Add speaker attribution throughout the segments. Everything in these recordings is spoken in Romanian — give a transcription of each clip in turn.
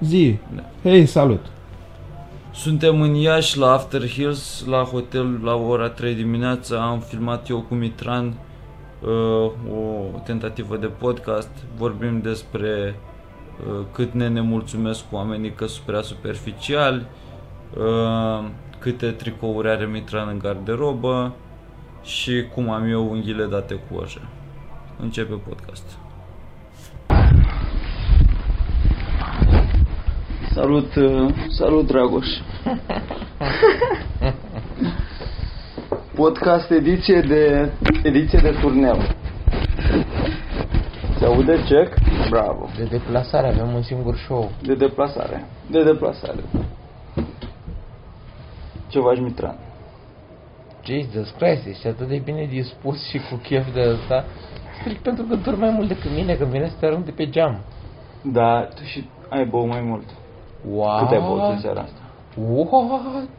Speaker 1: Zi.
Speaker 2: Da.
Speaker 1: Hei, salut.
Speaker 3: Suntem în Iași, la After Hills, la hotel, la ora 3 dimineața. Am filmat eu cu Mitran uh, o tentativă de podcast. Vorbim despre uh, cât ne nemulțumesc cu oamenii că sunt prea superficiali, uh, câte tricouri are Mitran în garderobă și cum am eu unghiile date cu oje. Începe podcast.
Speaker 2: Salut, uh, salut Dragoș. Podcast ediție de ediție de turneu. Se aude cec? Bravo.
Speaker 4: De deplasare avem un singur show.
Speaker 2: De deplasare. De deplasare. Ce faci, Mitran?
Speaker 4: Jesus Christ, ești atât de bine dispus și cu chef de asta. Strict pentru că dormi mai mult decât mine, când vine să te arunc de pe geam.
Speaker 2: Da, tu și ai băut mai mult.
Speaker 4: What?
Speaker 2: Cât ai băut în seara asta?
Speaker 4: What?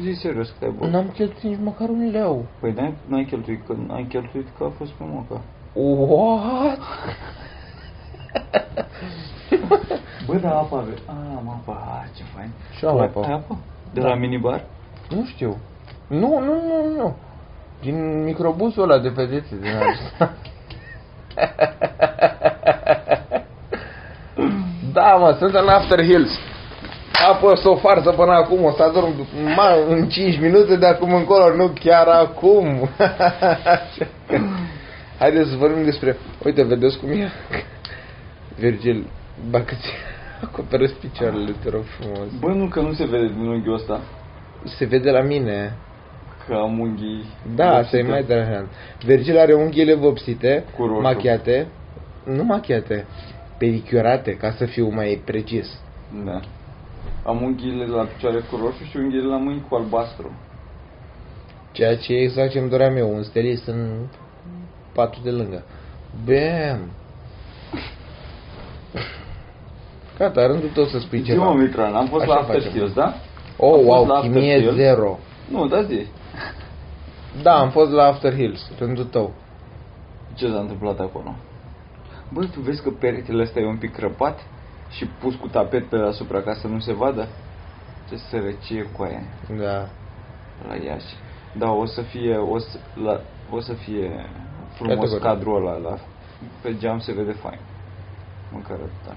Speaker 2: Zi serios cât ai băut.
Speaker 4: N-am cheltuit nici măcar un leu.
Speaker 2: Păi n-ai, n-ai cheltuit, că n-ai cheltuit că a fost pe muncă.
Speaker 4: What?
Speaker 2: Bă, da, apa avea. A, mă, apa, a, ce fain.
Speaker 4: Și am
Speaker 2: Tu
Speaker 4: mai
Speaker 2: ai- Ai
Speaker 4: băut.
Speaker 2: apă? De
Speaker 4: Da.
Speaker 2: la minibar?
Speaker 4: Nu știu. Nu, nu, nu, nu. Din microbusul ăla de vedeți din asta. da, mă, sunt în After Hills. A fost o farsă până acum, o să adorm ma, în 5 minute, de acum încolo, nu chiar acum. Așa că- Haideți să vorbim despre... Uite, vedeți cum e? Virgil, bacă ți acoperă picioarele, te rog frumos.
Speaker 2: Bă, nu, că nu se vede din unghiul ăsta.
Speaker 4: Se vede la mine.
Speaker 2: Că am unghii
Speaker 4: Da, asta
Speaker 2: vopsite.
Speaker 4: e mai interesant. Virgil are unghiile vopsite,
Speaker 2: Cu roșu.
Speaker 4: machiate, nu machiate, pedichiorate, ca să fiu mai precis.
Speaker 2: Da. Am unghiile la picioare cu roșu și unghiile la mâini cu albastru.
Speaker 4: Ceea ce e exact ce-mi doream eu, un stelist în patul de lângă. Bam! Gata, rândul tău să spui
Speaker 2: Zi, mă,
Speaker 4: Păi ceva.
Speaker 2: Mitran, am fost
Speaker 4: Așa
Speaker 2: la After
Speaker 4: facem.
Speaker 2: Skills, da?
Speaker 4: Oh,
Speaker 2: am fost la
Speaker 4: wow,
Speaker 2: After
Speaker 4: chimie
Speaker 2: Hills.
Speaker 4: zero.
Speaker 2: Nu, da zi.
Speaker 4: Da, am fost la After Hills, rândul tău.
Speaker 2: Ce s-a întâmplat acolo? Bă, tu vezi că peretele ăsta e un pic crăpat și pus cu tapet pe deasupra ca să nu se vadă? Ce sărăcie cu aia
Speaker 4: Da.
Speaker 2: la Iași. Da, o să fie, o să, la, o să fie frumos
Speaker 4: Categoric.
Speaker 2: cadrul ăla, la, pe geam se vede fain. Măcar atâta.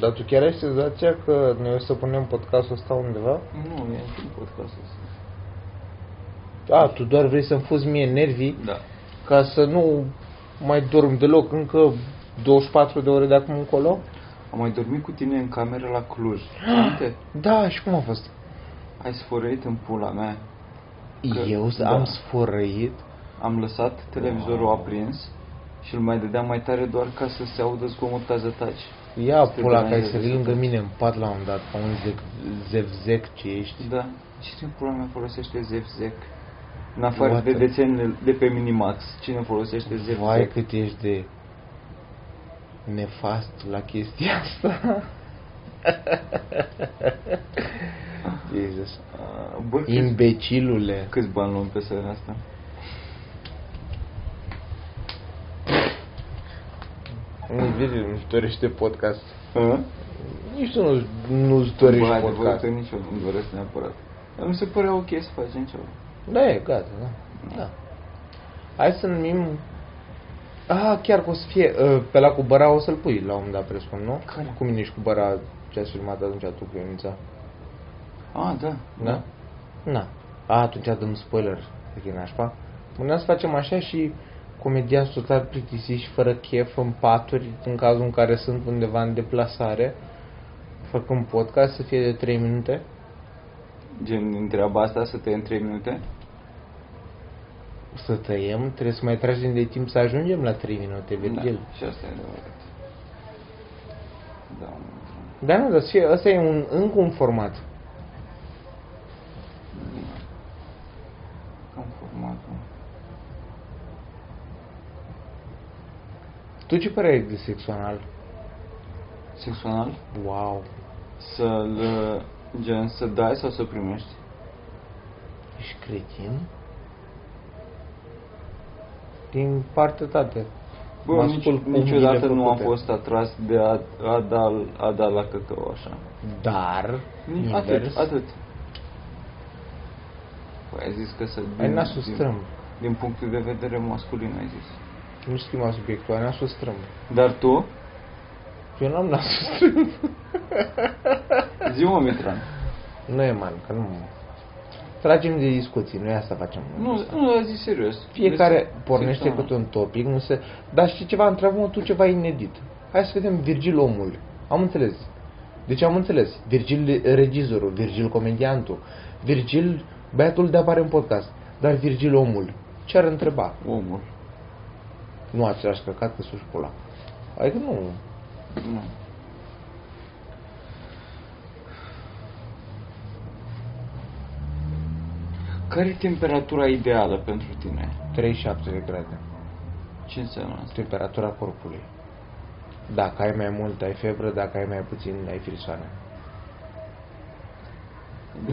Speaker 4: Dar tu chiar ai senzația că noi o să punem podcastul ăsta undeva?
Speaker 2: Nu, e un podcastul ăsta.
Speaker 4: A, tu doar vrei să-mi fuzi mie nervii
Speaker 2: Da.
Speaker 4: ca să nu mai dorm deloc încă 24 de ore de acum încolo?
Speaker 2: Am mai dormit cu tine în cameră la Cluj. Uite,
Speaker 4: Da, și cum a fost?
Speaker 2: ai sfărăit în pula mea. Că-
Speaker 4: Eu s-
Speaker 2: da.
Speaker 4: am sfărăit?
Speaker 2: Am lăsat televizorul aprins și îl mai dădeam mai tare doar ca să se audă zgomot ca zătaci.
Speaker 4: Ia
Speaker 2: Te
Speaker 4: pula că ai
Speaker 2: deranjezi
Speaker 4: sărit
Speaker 2: de
Speaker 4: lângă
Speaker 2: tot.
Speaker 4: mine în pat la un dat, ca un zev- zevzec ce ești.
Speaker 2: Da. Cine pula mea folosește Zevzec? În afară
Speaker 4: What
Speaker 2: de
Speaker 4: the-
Speaker 2: desenele de pe Minimax, cine folosește Zevzec?
Speaker 4: Vai cât ești de nefast la chestia asta. Jesus.
Speaker 2: Ah, Bă, câți,
Speaker 4: Imbecilule.
Speaker 2: câți bani luăm pe seara asta?
Speaker 4: Nu-ți vezi, nu-ți dorește podcast.
Speaker 2: Hă?
Speaker 4: Nici tu nu, nu-ți dorești
Speaker 2: Bă, adevărul
Speaker 4: podcast.
Speaker 2: că nici eu nu-mi doresc neapărat. Dar mi se părea ok să facem ceva.
Speaker 4: Da, e, gata, da. da. Hai să numim... Ah, chiar că o să fie... Uh, pe la cu băra o să-l pui la un moment dat, presupun, nu?
Speaker 2: Care?
Speaker 4: Cum ești cu băra ce ai filmat atunci tu cu Ionuța?
Speaker 2: Ah, da.
Speaker 4: Da? Na. A, atunci dăm spoiler. E nașpa. Până să facem așa și comedianți total plictisiți, fără chef, în paturi, în cazul în care sunt undeva în deplasare, făcând podcast să fie de 3 minute.
Speaker 2: Gen, întreaba asta să te în 3 minute?
Speaker 4: Să tăiem, trebuie să mai tragem de timp să ajungem la 3 minute, Virgil.
Speaker 2: Da, și asta e adevărat. Da, mă,
Speaker 4: Da, nu, dar să fie, ăsta e un, încă un format.
Speaker 2: cam formatul.
Speaker 4: Tu ce părere ai de sexual?
Speaker 2: Sexual?
Speaker 4: Wow.
Speaker 2: Să-l, gen, să dai sau să primești?
Speaker 4: Ești cretin? Din partea ta de
Speaker 2: Bă,
Speaker 4: Mă
Speaker 2: nici,
Speaker 4: spăl cu
Speaker 2: niciodată
Speaker 4: mâinile
Speaker 2: nu am
Speaker 4: făcute.
Speaker 2: fost atras de a, a, da, a da la căcău așa.
Speaker 4: Dar,
Speaker 2: Nici
Speaker 4: invers,
Speaker 2: atât, atât. Păi ai zis că să...
Speaker 4: ai nasul
Speaker 2: din,
Speaker 4: strâmb.
Speaker 2: din punctul de vedere masculin ai zis.
Speaker 4: Nu schimba subiectul, ai nasul strâmb.
Speaker 2: Dar tu?
Speaker 4: Eu n-am nasul strâmb.
Speaker 2: Zi mă, Mitran.
Speaker 4: Nu e man, că nu... Tragem de discuții, noi asta facem.
Speaker 2: Nu, nu, dar zi serios.
Speaker 4: Fiecare
Speaker 2: Deci,
Speaker 4: pornește
Speaker 2: serios,
Speaker 4: câte un topic, nu se... Dar știi ceva, întreabă tu ceva inedit. Hai să vedem Virgil omul. Am înțeles. Deci am înțeles. Virgil regizorul, Virgil comediantul, Virgil băiatul de apare în podcast. Dar Virgil omul, ce ar întreba?
Speaker 2: Omul.
Speaker 4: Nu același căcat că suși pula. Adică nu.
Speaker 2: Nu. Care e temperatura ideală pentru tine?
Speaker 4: 37 de grade.
Speaker 2: Ce înseamnă asta?
Speaker 4: Temperatura corpului. Dacă ai mai mult, ai febră, dacă ai mai puțin, ai frisoane.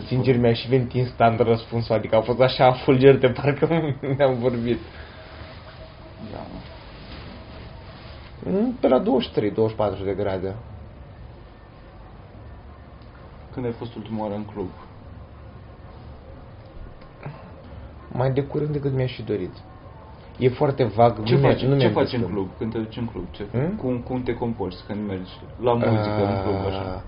Speaker 4: Sincer, mi-a și venit instant răspunsul, adică a fost așa fulger de parcă ne-am vorbit.
Speaker 2: Da, mă.
Speaker 4: Mm, Pe la 23-24 de grade.
Speaker 2: Când ai fost ultima oară în club?
Speaker 4: Mai de curând decât mi-aș fi dorit. E foarte vag.
Speaker 2: Ce
Speaker 4: nu mi-a-
Speaker 2: faci,
Speaker 4: nu
Speaker 2: ce
Speaker 4: mi-am
Speaker 2: faci
Speaker 4: gândit.
Speaker 2: în club? Când te duci în club? Ce,
Speaker 4: Hmm?
Speaker 2: cum, cum te comporți când mergi la muzică în club așa?
Speaker 4: Ah.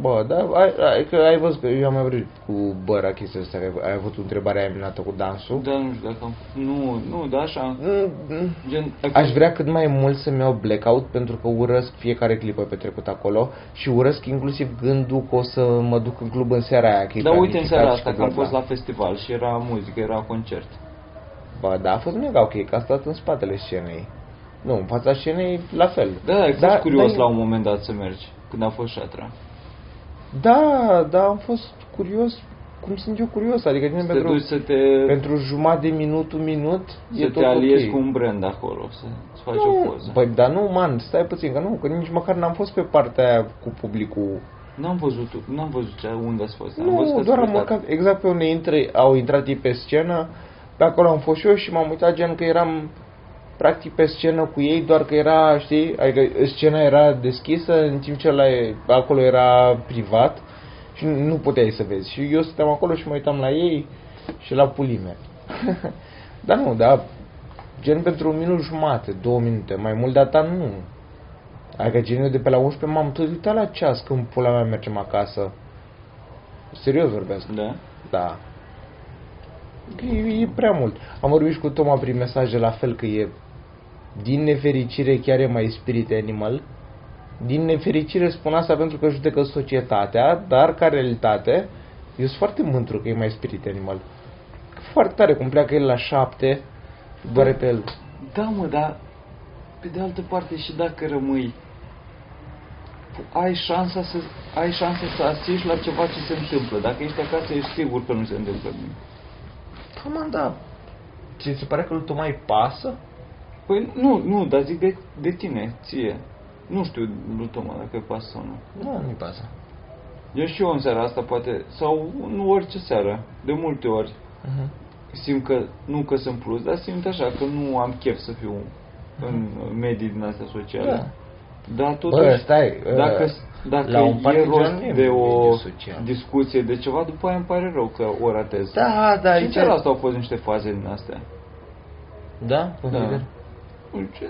Speaker 4: Bă, da, ai, ai, că ai văzut că eu am mai vorbit cu băra chestia asta, că ai, ai avut întrebarea aia minată cu dansul.
Speaker 2: Da, nu știu dacă am... Nu, nu, da, așa...
Speaker 4: Mm, mm.
Speaker 2: Gen,
Speaker 4: Aș vrea cât mai mult să-mi iau blackout pentru că urăsc fiecare clipă petrecut acolo și urăsc inclusiv gândul că o să mă duc în club în seara aia. că e
Speaker 2: Dar uite în
Speaker 4: planificat
Speaker 2: Da, seara
Speaker 4: și
Speaker 2: asta
Speaker 4: cu
Speaker 2: că am
Speaker 4: bla, bla.
Speaker 2: fost la festival și era muzică, era concert.
Speaker 4: Ba, da, a fost mega ok, că a stat în spatele scenei. Nu, în fața scenei, la fel.
Speaker 2: Da, ai fost
Speaker 4: Da,
Speaker 2: curios
Speaker 4: da,
Speaker 2: la un moment dat să mergi, când a fost șatra.
Speaker 4: Da, da, am fost curios, cum sunt eu curios, adică din
Speaker 2: Să te
Speaker 4: pentru,
Speaker 2: duci să te,
Speaker 4: pentru jumătate de minut, un minut, e
Speaker 2: să
Speaker 4: tot
Speaker 2: te aliezi
Speaker 4: ok.
Speaker 2: cu un brand acolo, să, să faci o
Speaker 4: nu,
Speaker 2: poză.
Speaker 4: păi, dar nu, man, stai puțin, că nu, că nici măcar n-am fost pe partea aia cu publicul
Speaker 2: N-am văzut, n-am văzut ce, unde ați fost. am văzut că
Speaker 4: Nu,
Speaker 2: ați
Speaker 4: doar am
Speaker 2: plecat.
Speaker 4: urcat exact pe unde intre, au intrat ei pe scenă, pe acolo am fost și eu și m-am uitat gen că eram practic pe scenă cu ei, doar că era, știi, adică scena era deschisă în timp ce la, acolo era privat și nu nu puteai să vezi. Și eu stăteam acolo și mă uitam la ei și la pulime. dar nu, dar gen pentru un minut jumate, două minute, mai mult de atât nu. Adică gen eu de pe la 11 m-am tot uitat la ceas când pula mea mergem acasă. Serios vorbesc.
Speaker 2: Da?
Speaker 4: Da. E, e prea mult. Am vorbit și cu Toma prin mesaje la fel că e din nefericire chiar e mai spirit animal. Din nefericire spun asta pentru că judecă societatea, dar ca realitate eu sunt foarte mândru că e mai spirit animal. Foarte tare cum pleacă el la șapte, doare pe el.
Speaker 2: Da, mă, dar pe de altă parte și dacă rămâi ai șansa să ai șansa să asisti la ceva ce se întâmplă. Dacă ești acasă, ești sigur că nu se întâmplă nimic.
Speaker 4: Toma, da. Ți se pare că lui Toma îi pasă?
Speaker 2: Păi nu, nu, dar zic de, de tine, ție. Nu știu, lui Toma, dacă îi pasă sau nu.
Speaker 4: Nu, nu-i pasă.
Speaker 2: Eu și eu în seara asta, poate, sau nu orice seară, de multe ori,
Speaker 4: Uh-huh.
Speaker 2: simt că, nu că sunt plus, dar simt așa că nu am chef să fiu în medii din astea sociale.
Speaker 4: Da.
Speaker 2: Dar totuși,
Speaker 4: Bă, stai.
Speaker 2: dacă,
Speaker 4: uh,
Speaker 2: dacă
Speaker 4: la un
Speaker 2: e
Speaker 4: partid nu
Speaker 2: rost
Speaker 4: e
Speaker 2: de o
Speaker 4: mediu social.
Speaker 2: discuție de ceva, după aia îmi pare rău că o ratez.
Speaker 4: Da, da,
Speaker 2: și în
Speaker 4: aici...
Speaker 2: seara asta au fost niște faze din astea. Păi
Speaker 4: Da? Consider?
Speaker 2: Ce?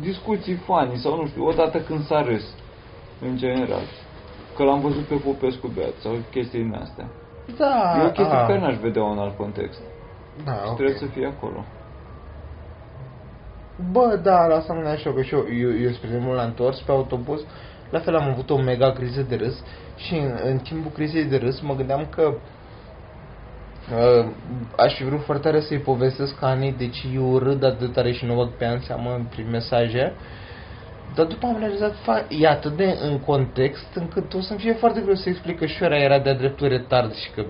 Speaker 2: Discuții fani sau nu știu, odată când s-a râs, în general. Că l-am văzut pe Popescu beat sau chestii din astea.
Speaker 4: Da.
Speaker 2: e o chestie pe care n-aș vedea în alt context.
Speaker 4: da,
Speaker 2: Și
Speaker 4: ok.
Speaker 2: Trebuie să fie acolo.
Speaker 4: Bă, da, la asta mă gândeam și eu, că și eu, eu, eu spre exemplu, la întors pe autobuz, la fel am avut o mega criză de râs și în, în timpul crizei de râs mă gândeam că uh, aș fi vrut foarte tare să-i povestesc anii de ce eu râd atât de tare și nu bag pe ea în seamă prin mesaje. Dar după am realizat, fa- e atât de în context încât o să-mi fie foarte greu să explic că Șoara era de-a dreptul retard și că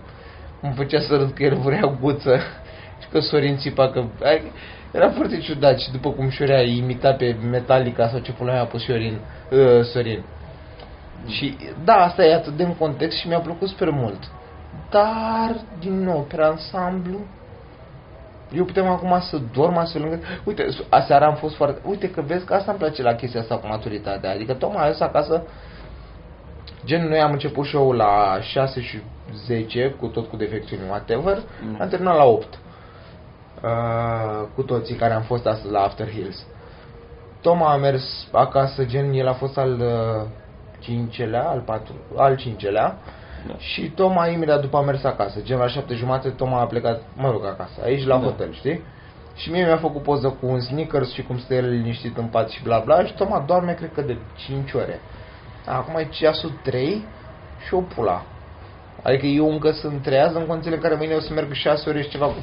Speaker 4: îmi făcea să râd că el vrea guță și că Sorin țipa că... ai- Era foarte ciudat și după cum Șorea imita pe Metallica sau ce pula mea a pus Sorin. Uh, Sorin. Și da, asta e atât de în context și mi-a plăcut super mult. Dar, din nou, pe ansamblu, Eu putem acum să dorm astfel încât... Uite, s- aseară am fost foarte... Uite că vezi că asta îmi place la chestia asta cu maturitatea. Adică tocmai asta acasă... Gen, noi am început show-ul la 6 și 10, cu tot cu defecțiuni, whatever.
Speaker 2: Mm.
Speaker 4: Am terminat la 8. Uh, cu toții care am fost astăzi la After Hills. Toma a mers acasă, gen, el a fost al uh, cincelea, al patru, al cincelea.
Speaker 2: Da.
Speaker 4: Și Toma imediat după a mers acasă, gen la șapte jumate Toma a plecat, mă rog, acasă, aici la
Speaker 2: Da.
Speaker 4: hotel, știi? Și mie mi-a făcut poză cu un sneakers și cum stă el liniștit în pat și bla bla și Toma doarme cred că de 5 ore. Acum e ceasul 3 și o pula. Adică eu încă sunt treaz în condițiile în care mâine o să merg 6 ore și ceva cu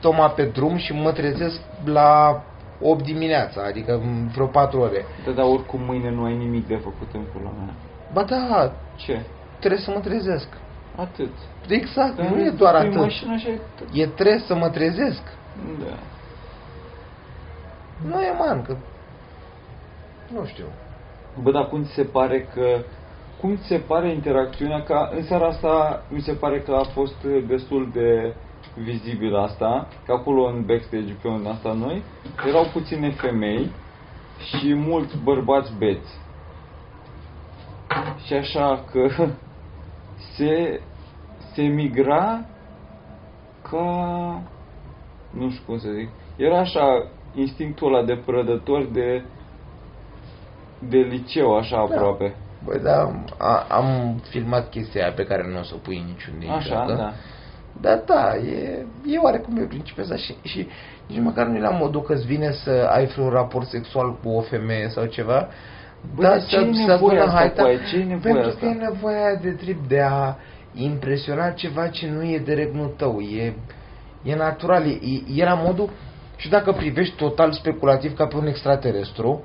Speaker 4: Toma pe drum și mă trezesc la 8 dimineața, adică în vreo 4 ore.
Speaker 2: Da, dar oricum mâine nu ai nimic de făcut în pula mea.
Speaker 4: Ba da,
Speaker 2: Ce?
Speaker 4: trebuie să mă trezesc.
Speaker 2: Atât.
Speaker 4: Exact,
Speaker 2: Dar
Speaker 4: nu e doar
Speaker 2: prin
Speaker 4: atât.
Speaker 2: mașină Păi și atât.
Speaker 4: E trebuie să mă trezesc.
Speaker 2: Da.
Speaker 4: Nu e man, că... Nu știu.
Speaker 2: Bă, dar cum ți se pare că... Cum ți se pare interacțiunea? Ca în seara asta mi se pare că a fost eh, destul de vizibil asta, că acolo în backstage pe unde asta noi, erau puține femei și mulți bărbați beți. Și așa că se, se migra ca... Nu știu cum să zic. Era așa instinctul ăla de prădători de de liceu, așa aproape.
Speaker 4: Băi, da, a, am filmat chestia aia pe care nu o să o pui niciunde
Speaker 2: Așa,
Speaker 4: niciodată.
Speaker 2: da.
Speaker 4: Da, da, e, e oarecum e principiul ăsta și, și nici măcar nu e la modul că îți vine să ai vreun raport sexual cu o femeie sau ceva.
Speaker 2: Bă, dar ce e nevoia asta cu aia? Ce e nevoia
Speaker 4: da, Pentru
Speaker 2: asta?
Speaker 4: că e nevoia aia de trip de a impresiona ceva ce nu e de regnul tău. E, e natural, e, e la modul... Și dacă privești total speculativ ca pe un extraterestru,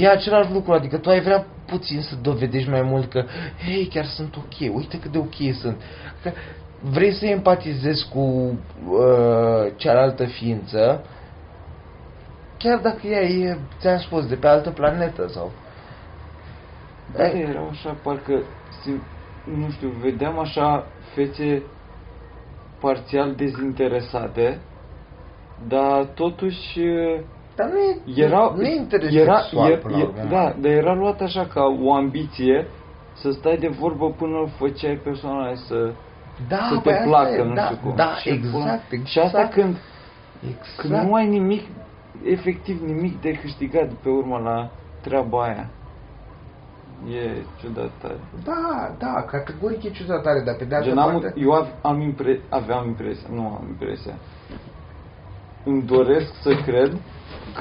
Speaker 4: e același lucru, adică tu ai vrea puțin să dovedești mai mult că, hei, chiar sunt ok, uite cât de ok sunt. Că vrei să empatizezi cu uh, cealaltă ființă, chiar dacă ea e, ți-am spus, de pe altă planetă sau...
Speaker 2: Da, erau așa, parcă, sim, nu știu, vedeam așa fețe parțial dezinteresate, dar totuși eh,
Speaker 4: Dar nu e,
Speaker 2: era,
Speaker 4: nu e interes
Speaker 2: era,
Speaker 4: sexual,
Speaker 2: era,
Speaker 4: până la urmă.
Speaker 2: da, dar era luat așa ca o ambiție să stai de vorbă până îl făceai persoana aia să,
Speaker 4: da,
Speaker 2: să
Speaker 4: păi
Speaker 2: te
Speaker 4: asta
Speaker 2: placă,
Speaker 4: e,
Speaker 2: nu
Speaker 4: da,
Speaker 2: știu cum.
Speaker 4: Da,
Speaker 2: Și
Speaker 4: exact,
Speaker 2: până-
Speaker 4: exact.
Speaker 2: Și asta când
Speaker 4: exact.
Speaker 2: Când nu ai nimic, efectiv nimic de câștigat pe urmă la treaba aia. E ciudat tare.
Speaker 4: Da, da, categoric e ciudat tare, dar pe de altă
Speaker 2: Gen, am,
Speaker 4: parte...
Speaker 2: eu av, am impre, aveam impresia, nu am impresia. Îmi doresc să cred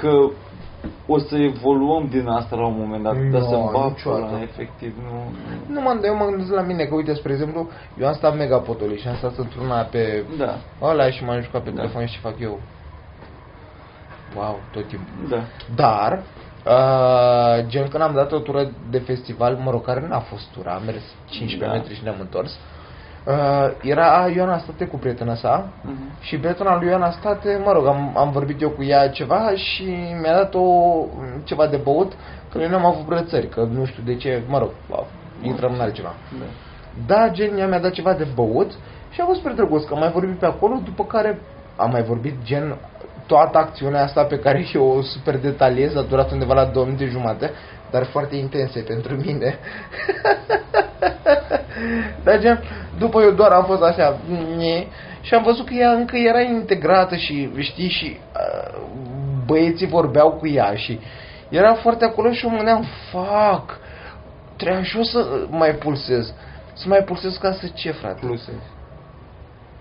Speaker 2: că o să evoluăm din asta la un moment dat, dar
Speaker 4: Nu,
Speaker 2: să bat
Speaker 4: niciodată.
Speaker 2: pula, efectiv, nu... nu.
Speaker 4: Nu mă îndoiesc, eu mă gândesc la mine, că uite, spre exemplu, eu am stat mega potolit și am stat într-una pe
Speaker 2: Da,
Speaker 4: ăla și m-am jucat pe
Speaker 2: Da.
Speaker 4: telefon și ce fac eu. Wow, tot timpul.
Speaker 2: da.
Speaker 4: Dar, uh, gen când am dat o tură de festival, mă rog, care n-a fost tură, am mers 15
Speaker 2: Da.
Speaker 4: metri și ne-am întors. Uh, era Ioana State cu prietena sa
Speaker 2: Mhm.
Speaker 4: și prietena lui Ioana State, mă rog, am, am vorbit eu cu ea ceva și mi-a dat o, ceva de băut, că noi n-am avut brățări, că nu știu de ce, mă rog, intrăm în altceva.
Speaker 2: Da.
Speaker 4: Da, gen, ea mi-a dat ceva de băut și a fost spre drăguț că am mai vorbit pe acolo, după care am mai vorbit gen toată acțiunea asta pe care eu o super detaliez a durat undeva la 2 minute jumate, dar foarte intense pentru mine. dar gen, după eu doar am fost așa nye, și am văzut că ea încă era integrată și știi și uh, băieții vorbeau cu ea și era foarte acolo și eu mă gândeam, fac, Trebuia și eu să mai pulsez. Să mai pulsez ca să ce, frate?
Speaker 2: Pluse.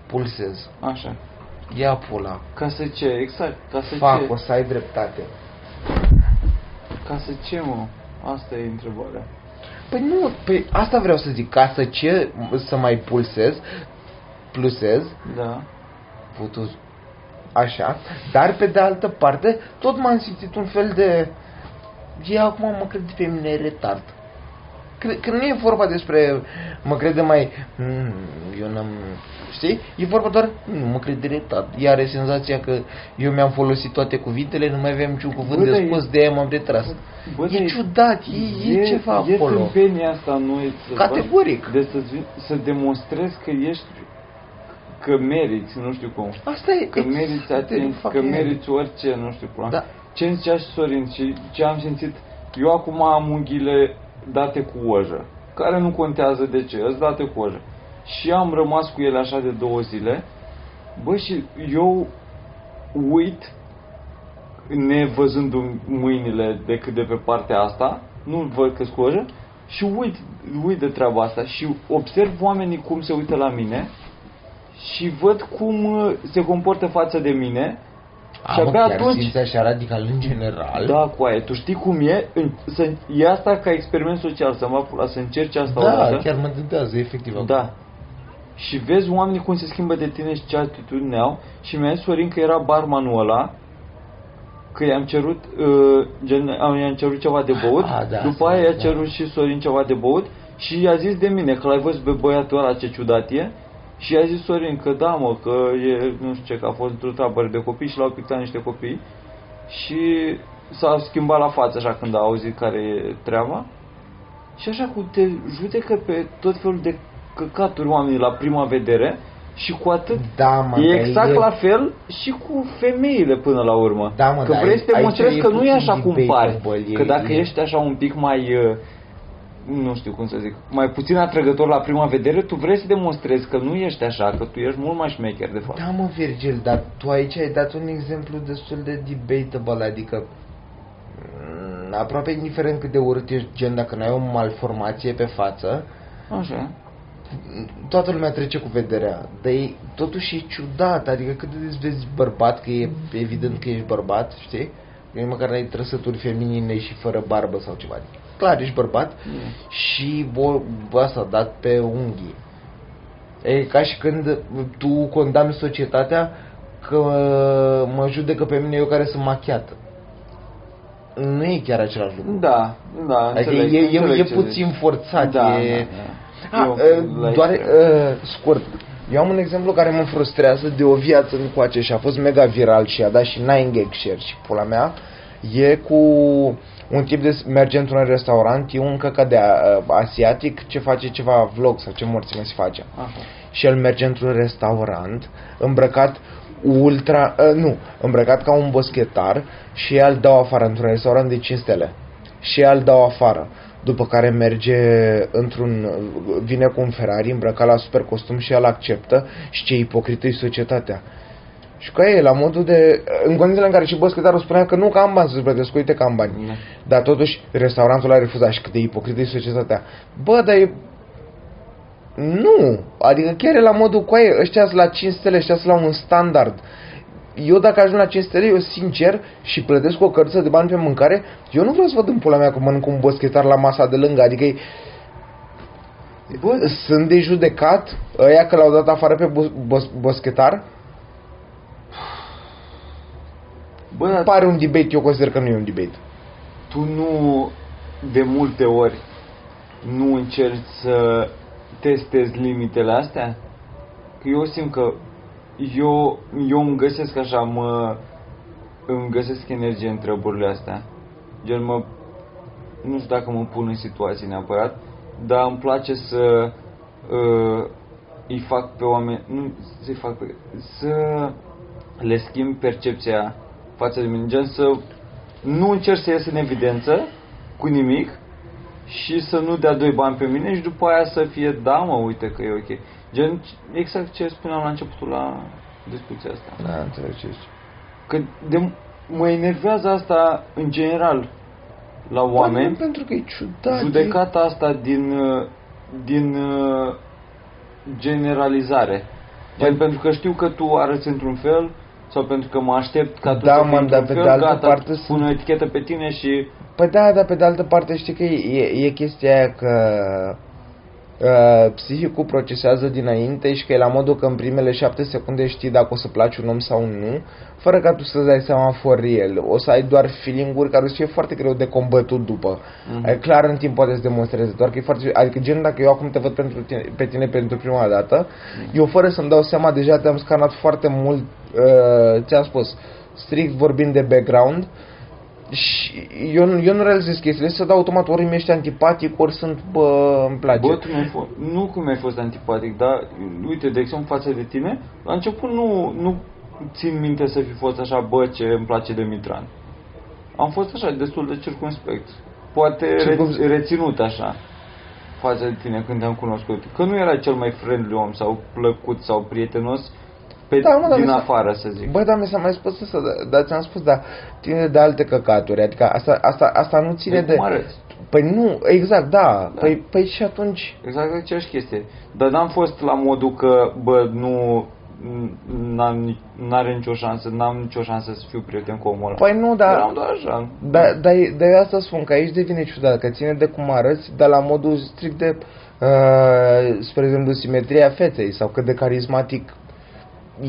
Speaker 4: Pulsez.
Speaker 2: Așa.
Speaker 4: Ia pula.
Speaker 2: Ca să ce, exact, ca să
Speaker 4: Fac,
Speaker 2: ce,
Speaker 4: o să ai dreptate.
Speaker 2: ca să ce, mă? Asta e întrebarea.
Speaker 4: Păi nu, păi asta vreau să zic. Ca să ce să mai pulsez, plusez,
Speaker 2: Da.
Speaker 4: putus, așa. Dar pe de altă parte, tot m-am simțit un fel de... Ei, acum mă crede pe mine retard. Cred că nu e vorba despre mă crede mai... "Mm, Eu n-am... Știi? E vorba doar... "Mm, Mă crede retard. Ea are senzația că eu mi-am folosit toate cuvintele, nu mai aveam niciun cuvânt
Speaker 2: Bă,
Speaker 4: de
Speaker 2: dar e-
Speaker 4: spus, de aia m-am retras.
Speaker 2: Bă,
Speaker 4: e
Speaker 2: dar
Speaker 4: ciudat, e, e, ceva
Speaker 2: e
Speaker 4: acolo.
Speaker 2: tâmpenia asta în noi să
Speaker 4: Categoric.
Speaker 2: faci- de să, să demonstrezi că ești că meriți, nu știu cum.
Speaker 4: Asta e exact
Speaker 2: Că meriți atenție, că meriți orice, nu știu cum.
Speaker 4: Da.
Speaker 2: Ce zicea și Sorin și ce am simțit, eu acum am unghiile date cu ojă, care nu contează de ce, îți date cu ojă. Și am rămas cu ele așa de două zile, bă, și eu uit, nevăzându-mi mâinile decât de pe partea asta, nu văd că cu ojă, și uit, uit de treaba asta și observ oamenii cum se uită la mine și văd cum uh, se comportă față de mine și abia atunci-
Speaker 4: simți așa radical în general?
Speaker 2: da, coaie, tu știi cum e? În, să, e asta ca experiment social, să mă pula, să încerci asta o
Speaker 4: da
Speaker 2: dată.
Speaker 4: chiar mă tentează, efectiv. acum.
Speaker 2: Da. Și vezi oamenii cum se schimbă de tine și ce atitudine au și mi-a zis Sorin că era barmanul ăla că i-am cerut uh, gen, am, i-am cerut ceva de băut,
Speaker 4: Ah, da,
Speaker 2: după
Speaker 4: asta,
Speaker 2: aia i-a
Speaker 4: da.
Speaker 2: cerut și Sorin ceva de băut și i-a zis de mine că l-ai văzut pe băiatul ăla ce ciudat e și i-a zis Sorin că da mă, că e nu știu ce, că a fost într-o tabără de copii și l-au pictat niște copii și s-a schimbat la față așa când a auzit care e treaba și așa cum te judecă pe tot felul de căcaturi oamenii la prima vedere și cu atât
Speaker 4: Da, mă,
Speaker 2: e
Speaker 4: dar
Speaker 2: exact
Speaker 4: e-
Speaker 2: la fel și cu femeile până la urmă.
Speaker 4: Da, mă,
Speaker 2: că
Speaker 4: dar
Speaker 2: vrei să te
Speaker 4: aici
Speaker 2: mostrezi
Speaker 4: e
Speaker 2: că nu e
Speaker 4: puțin
Speaker 2: așa cum
Speaker 4: debate,
Speaker 2: pari.
Speaker 4: bă, e-
Speaker 2: Că dacă
Speaker 4: e-
Speaker 2: ești așa un pic mai uh, nu știu cum să zic, mai puțin atrăgător la prima vedere, tu vrei să demonstrezi că nu ești așa, că tu ești mult mai șmecher de fapt.
Speaker 4: Da, mă, Virgil, dar tu aici ai dat un exemplu destul de debatable, adică mm, aproape indiferent cât de urât ești, gen, dacă nu ai o malformație pe față, Da.
Speaker 2: Așa.
Speaker 4: toată lumea trece cu vederea, dar e, totuși e ciudat, adică cât de des vezi bărbat, că e evident că ești bărbat, știi? Că nici măcar n-ai trăsături feminine și fără barbă sau ceva, adică clar ești bărbat
Speaker 2: Mm.
Speaker 4: și bo, asta, dat pe unghii. E ca și când tu condamni societatea că mă judecă pe mine eu care sunt machiată. Nu e chiar același lucru.
Speaker 2: Da, da,
Speaker 4: Adică
Speaker 2: înțeleg,
Speaker 4: e, e,
Speaker 2: înțeleg
Speaker 4: e
Speaker 2: ce zici.
Speaker 4: puțin forțat,
Speaker 2: da,
Speaker 4: e...
Speaker 2: da, da. Eu,
Speaker 4: Ah, uh,
Speaker 2: like,
Speaker 4: doar uh, scurt. Eu am un exemplu care mă frustrează de o viață încoace și a fost mega viral și a dat și 9 gag share și pula mea. E cu un tip de merge într-un restaurant, e un căcat de uh, asiatic ce face ceva vlog sau ce morți mai se face
Speaker 2: Așa.
Speaker 4: și el merge într-un restaurant îmbrăcat ultra, uh, nu, îmbrăcat ca un boschetar și ea îl dau afară într-un restaurant de 5 stele și ea îl dau afară după care merge într-un vine cu un Ferrari îmbrăcat la super costum și el acceptă și ce ipocrită e societatea și că e la modul de în condițiile în care și boschetarul spunea că nu că am bani să-ți plătesc, uite că am bani
Speaker 2: Da.
Speaker 4: dar totuși restaurantul a refuzat și cât de ipocrită e societatea. Bă, dar e... Nu! Adică chiar e la modul cu aia, ăștia sunt la 5 stele, ăștia sunt la un standard. Eu dacă ajung la 5 stele, eu sincer și plătesc o cărță de bani pe mâncare, eu nu vreau să văd în pula mea cum mănânc un boschetar la masa de lângă, adică e,
Speaker 2: Bă,
Speaker 4: sunt de judecat ăia că l-au dat afară pe bos, bos, boschetar.
Speaker 2: bă, dar
Speaker 4: Pare un debate, eu consider că nu e un debate.
Speaker 2: tu nu de multe ori nu încerci să testezi limitele astea? Că eu simt că eu, eu îmi găsesc așa, mă, îmi găsesc energie în treburile astea. Gen mă, nu știu dacă mă pun în situații neapărat, dar îmi place să uh, îi fac pe oameni, nu să-i fac pe, să le schimb percepția față de mine, gen să nu încerc să ies în evidență cu nimic și să nu dea doi bani pe mine și după aia să fie, da mă, uite că e ok. Gen, exact ce spuneam la începutul la discuția asta.
Speaker 4: Da, înțelegeți.
Speaker 2: Că de, mă enervează asta în general la
Speaker 4: Oameni?
Speaker 2: oameni.
Speaker 4: Păi, Pentru că e ciudat. e-
Speaker 2: Judecata asta din, uh, din uh, generalizare.
Speaker 4: Păi-
Speaker 2: Gen, pentru că știu că tu arăți într-un fel sau pentru că mă aștept ca tu
Speaker 4: Da,
Speaker 2: să
Speaker 4: mă,
Speaker 2: fii într-un
Speaker 4: dar pe
Speaker 2: fel,
Speaker 4: de altă
Speaker 2: gata,
Speaker 4: parte
Speaker 2: pun
Speaker 4: sunt-
Speaker 2: o etichetă pe tine și
Speaker 4: Păi da, dar pe de altă parte știi că e, e, e chestia aia că uh, psihicul procesează dinainte și că e la modul că în primele șapte secunde știi dacă o să placi un om sau nu, fără ca tu să-ți dai seama for real. O să ai doar feeling-uri care o să fie foarte greu de combătut după.
Speaker 2: Mhm.
Speaker 4: Mm-hmm. Clar în timp poate să demonstreze, doar că e foarte... Adică gen dacă eu acum te văd pentru tine, pe tine pentru prima dată,
Speaker 2: Mhm.
Speaker 4: eu fără să-mi dau seama deja te-am scanat foarte mult, uh, ți-am spus, strict vorbind de background, Și eu, nu- eu nu realizez chestiile astea, dar automat ori mi-ești antipatic, ori sunt, bă, îmi place.
Speaker 2: Bă, tu mi-ai fost, nu că mi-ai fost antipatic, dar uite, de exemplu, față de tine, la început nu, nu țin minte să fi fost așa, bă, ce îmi place de Mitran. Am fost așa, destul de circumspect. Poate
Speaker 4: Circum-
Speaker 2: re- reținut așa față de tine când te-am cunoscut. Că nu era cel mai friendly om sau plăcut sau prietenos pe
Speaker 4: Da, mă, dar
Speaker 2: din
Speaker 4: mi se-
Speaker 2: afară, să zic.
Speaker 4: Bă, dar mi s-a mai spus asta, dar- dar ți-am spus, da, tine de alte căcaturi, adică asta, asta, asta nu ține de...
Speaker 2: Deci cum arăți?
Speaker 4: Păi nu, exact, da, da. Păi, păi și atunci...
Speaker 2: Exact aceeași chestie. Dar n-am fost la modul că, bă, nu n-am, nici- n-are nicio șansă, n-am nicio șansă să fiu prieten cu omul ăla.
Speaker 4: Păi nu, dar...
Speaker 2: Eram doar așa.
Speaker 4: Da, dar e- dar eu asta spun, că aici devine ciudat, că ține de cum arăți, dar la modul strict de, uh, spre exemplu, simetria feței sau cât de carismatic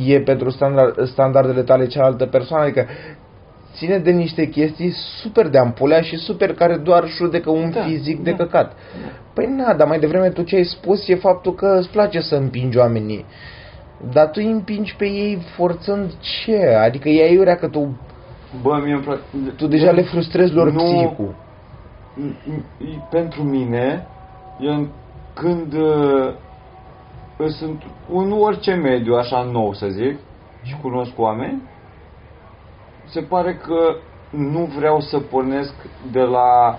Speaker 4: e pentru standard, standardele tale cealaltă persoană, adică ține de niște chestii super de ampulea și super care doar judecă un
Speaker 2: Da,
Speaker 4: fizic de
Speaker 2: da.
Speaker 4: căcat. Păi na, dar mai devreme tu ce ai spus e faptul că îți place să împingi oamenii. Dar tu îi împingi pe ei forțând ce? Adică ei aiurea că tu,
Speaker 2: Bă, mie îmi place...
Speaker 4: tu deja le frustrezi lor
Speaker 2: Nu.
Speaker 4: psihicul.
Speaker 2: Pentru mine, eu când uh, sunt în orice mediu, așa nou să zic, și cunosc oameni, se pare că nu vreau să pornesc de la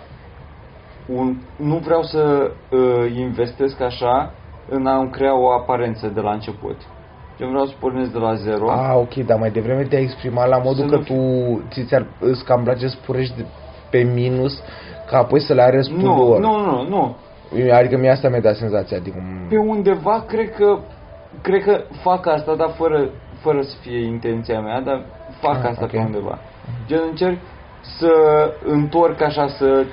Speaker 2: un, nu vreau să uh, investesc așa în a-mi crea o aparență de la început. Eu vreau să pornesc de la zero.
Speaker 4: Ah, ok, dar mai devreme te-ai exprimat la modul
Speaker 2: Să
Speaker 4: că
Speaker 2: nu
Speaker 4: tu ți ți-ar îți cam place să purești de- pe minus ca apoi să le arăți
Speaker 2: nu,
Speaker 4: tuturor.
Speaker 2: nu, nu, nu.
Speaker 4: Adică mie asta mi-a dat senzația, adică... mm,
Speaker 2: pe undeva cred că cred că fac asta, dar fără, fără să fie intenția mea, dar fac
Speaker 4: Ah,
Speaker 2: asta
Speaker 4: ok.
Speaker 2: pe undeva. Gen încerc să întorc așa, să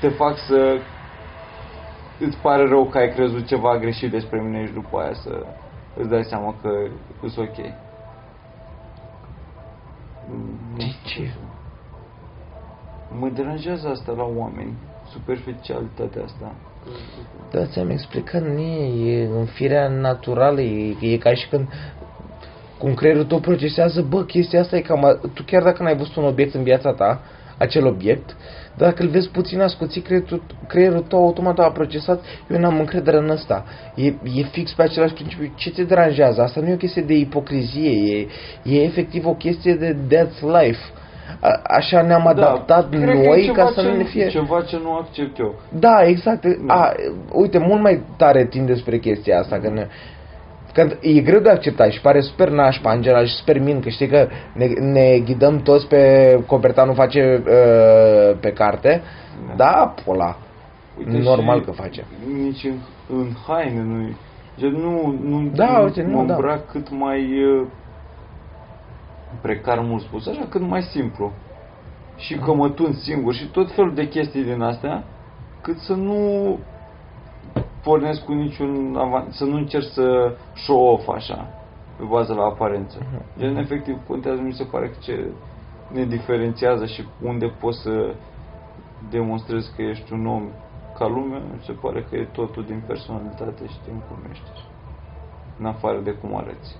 Speaker 2: te fac să îți pare rău că ai crezut ceva greșit despre mine și după aia să îți dai seama că îs ok.
Speaker 4: De ce?
Speaker 2: Mă deranjează asta la oameni, superficialitatea asta.
Speaker 4: Da, ți-am explicat, nu e, e în firea naturală, e, e ca și când cum creierul tău procesează, bă, chestia asta e cam... a- Tu chiar dacă n-ai văzut un obiect în viața ta, acel obiect, dacă îl vezi puțin ascuțit, creierul, creierul tău automat a procesat, eu n-am încredere în ăsta. E, e fix pe același principiu. Ce te deranjează? Asta nu e o chestie de ipocrizie, e, e efectiv o chestie de that's life. A, așa ne-am adaptat
Speaker 2: Da, cred că e
Speaker 4: noi
Speaker 2: ceva
Speaker 4: ca să
Speaker 2: ce
Speaker 4: nu ne fie...
Speaker 2: Ceva ce nu accept eu.
Speaker 4: Da, exact.
Speaker 2: Da.
Speaker 4: A, uite, mult mai tare tind despre chestia asta, că, ne, că e greu de acceptat și pare super nașpa în general și super min, că știi că ne, ne ghidăm toți pe Copertanul face uh, pe carte, da, pola, normal
Speaker 2: și
Speaker 4: că face.
Speaker 2: Nici în, în haine nu Gen, nu, nu,
Speaker 4: Da,
Speaker 2: nu
Speaker 4: uite, nu,
Speaker 2: mă
Speaker 4: da.
Speaker 2: îmbrac cât mai uh, precar mult spus, așa cât mai simplu. Și că mă tund singur și tot felul de chestii din astea, cât să nu pornesc cu niciun avan- să nu încerc să show off așa, pe bază la aparență.
Speaker 4: Mhm.
Speaker 2: Gen, efectiv, contează, mi se pare că ce ne diferențiază și unde poți să demonstrezi că ești un om ca lumea, mi se pare că e totul din personalitate și din cum ești. În afară de cum arăți.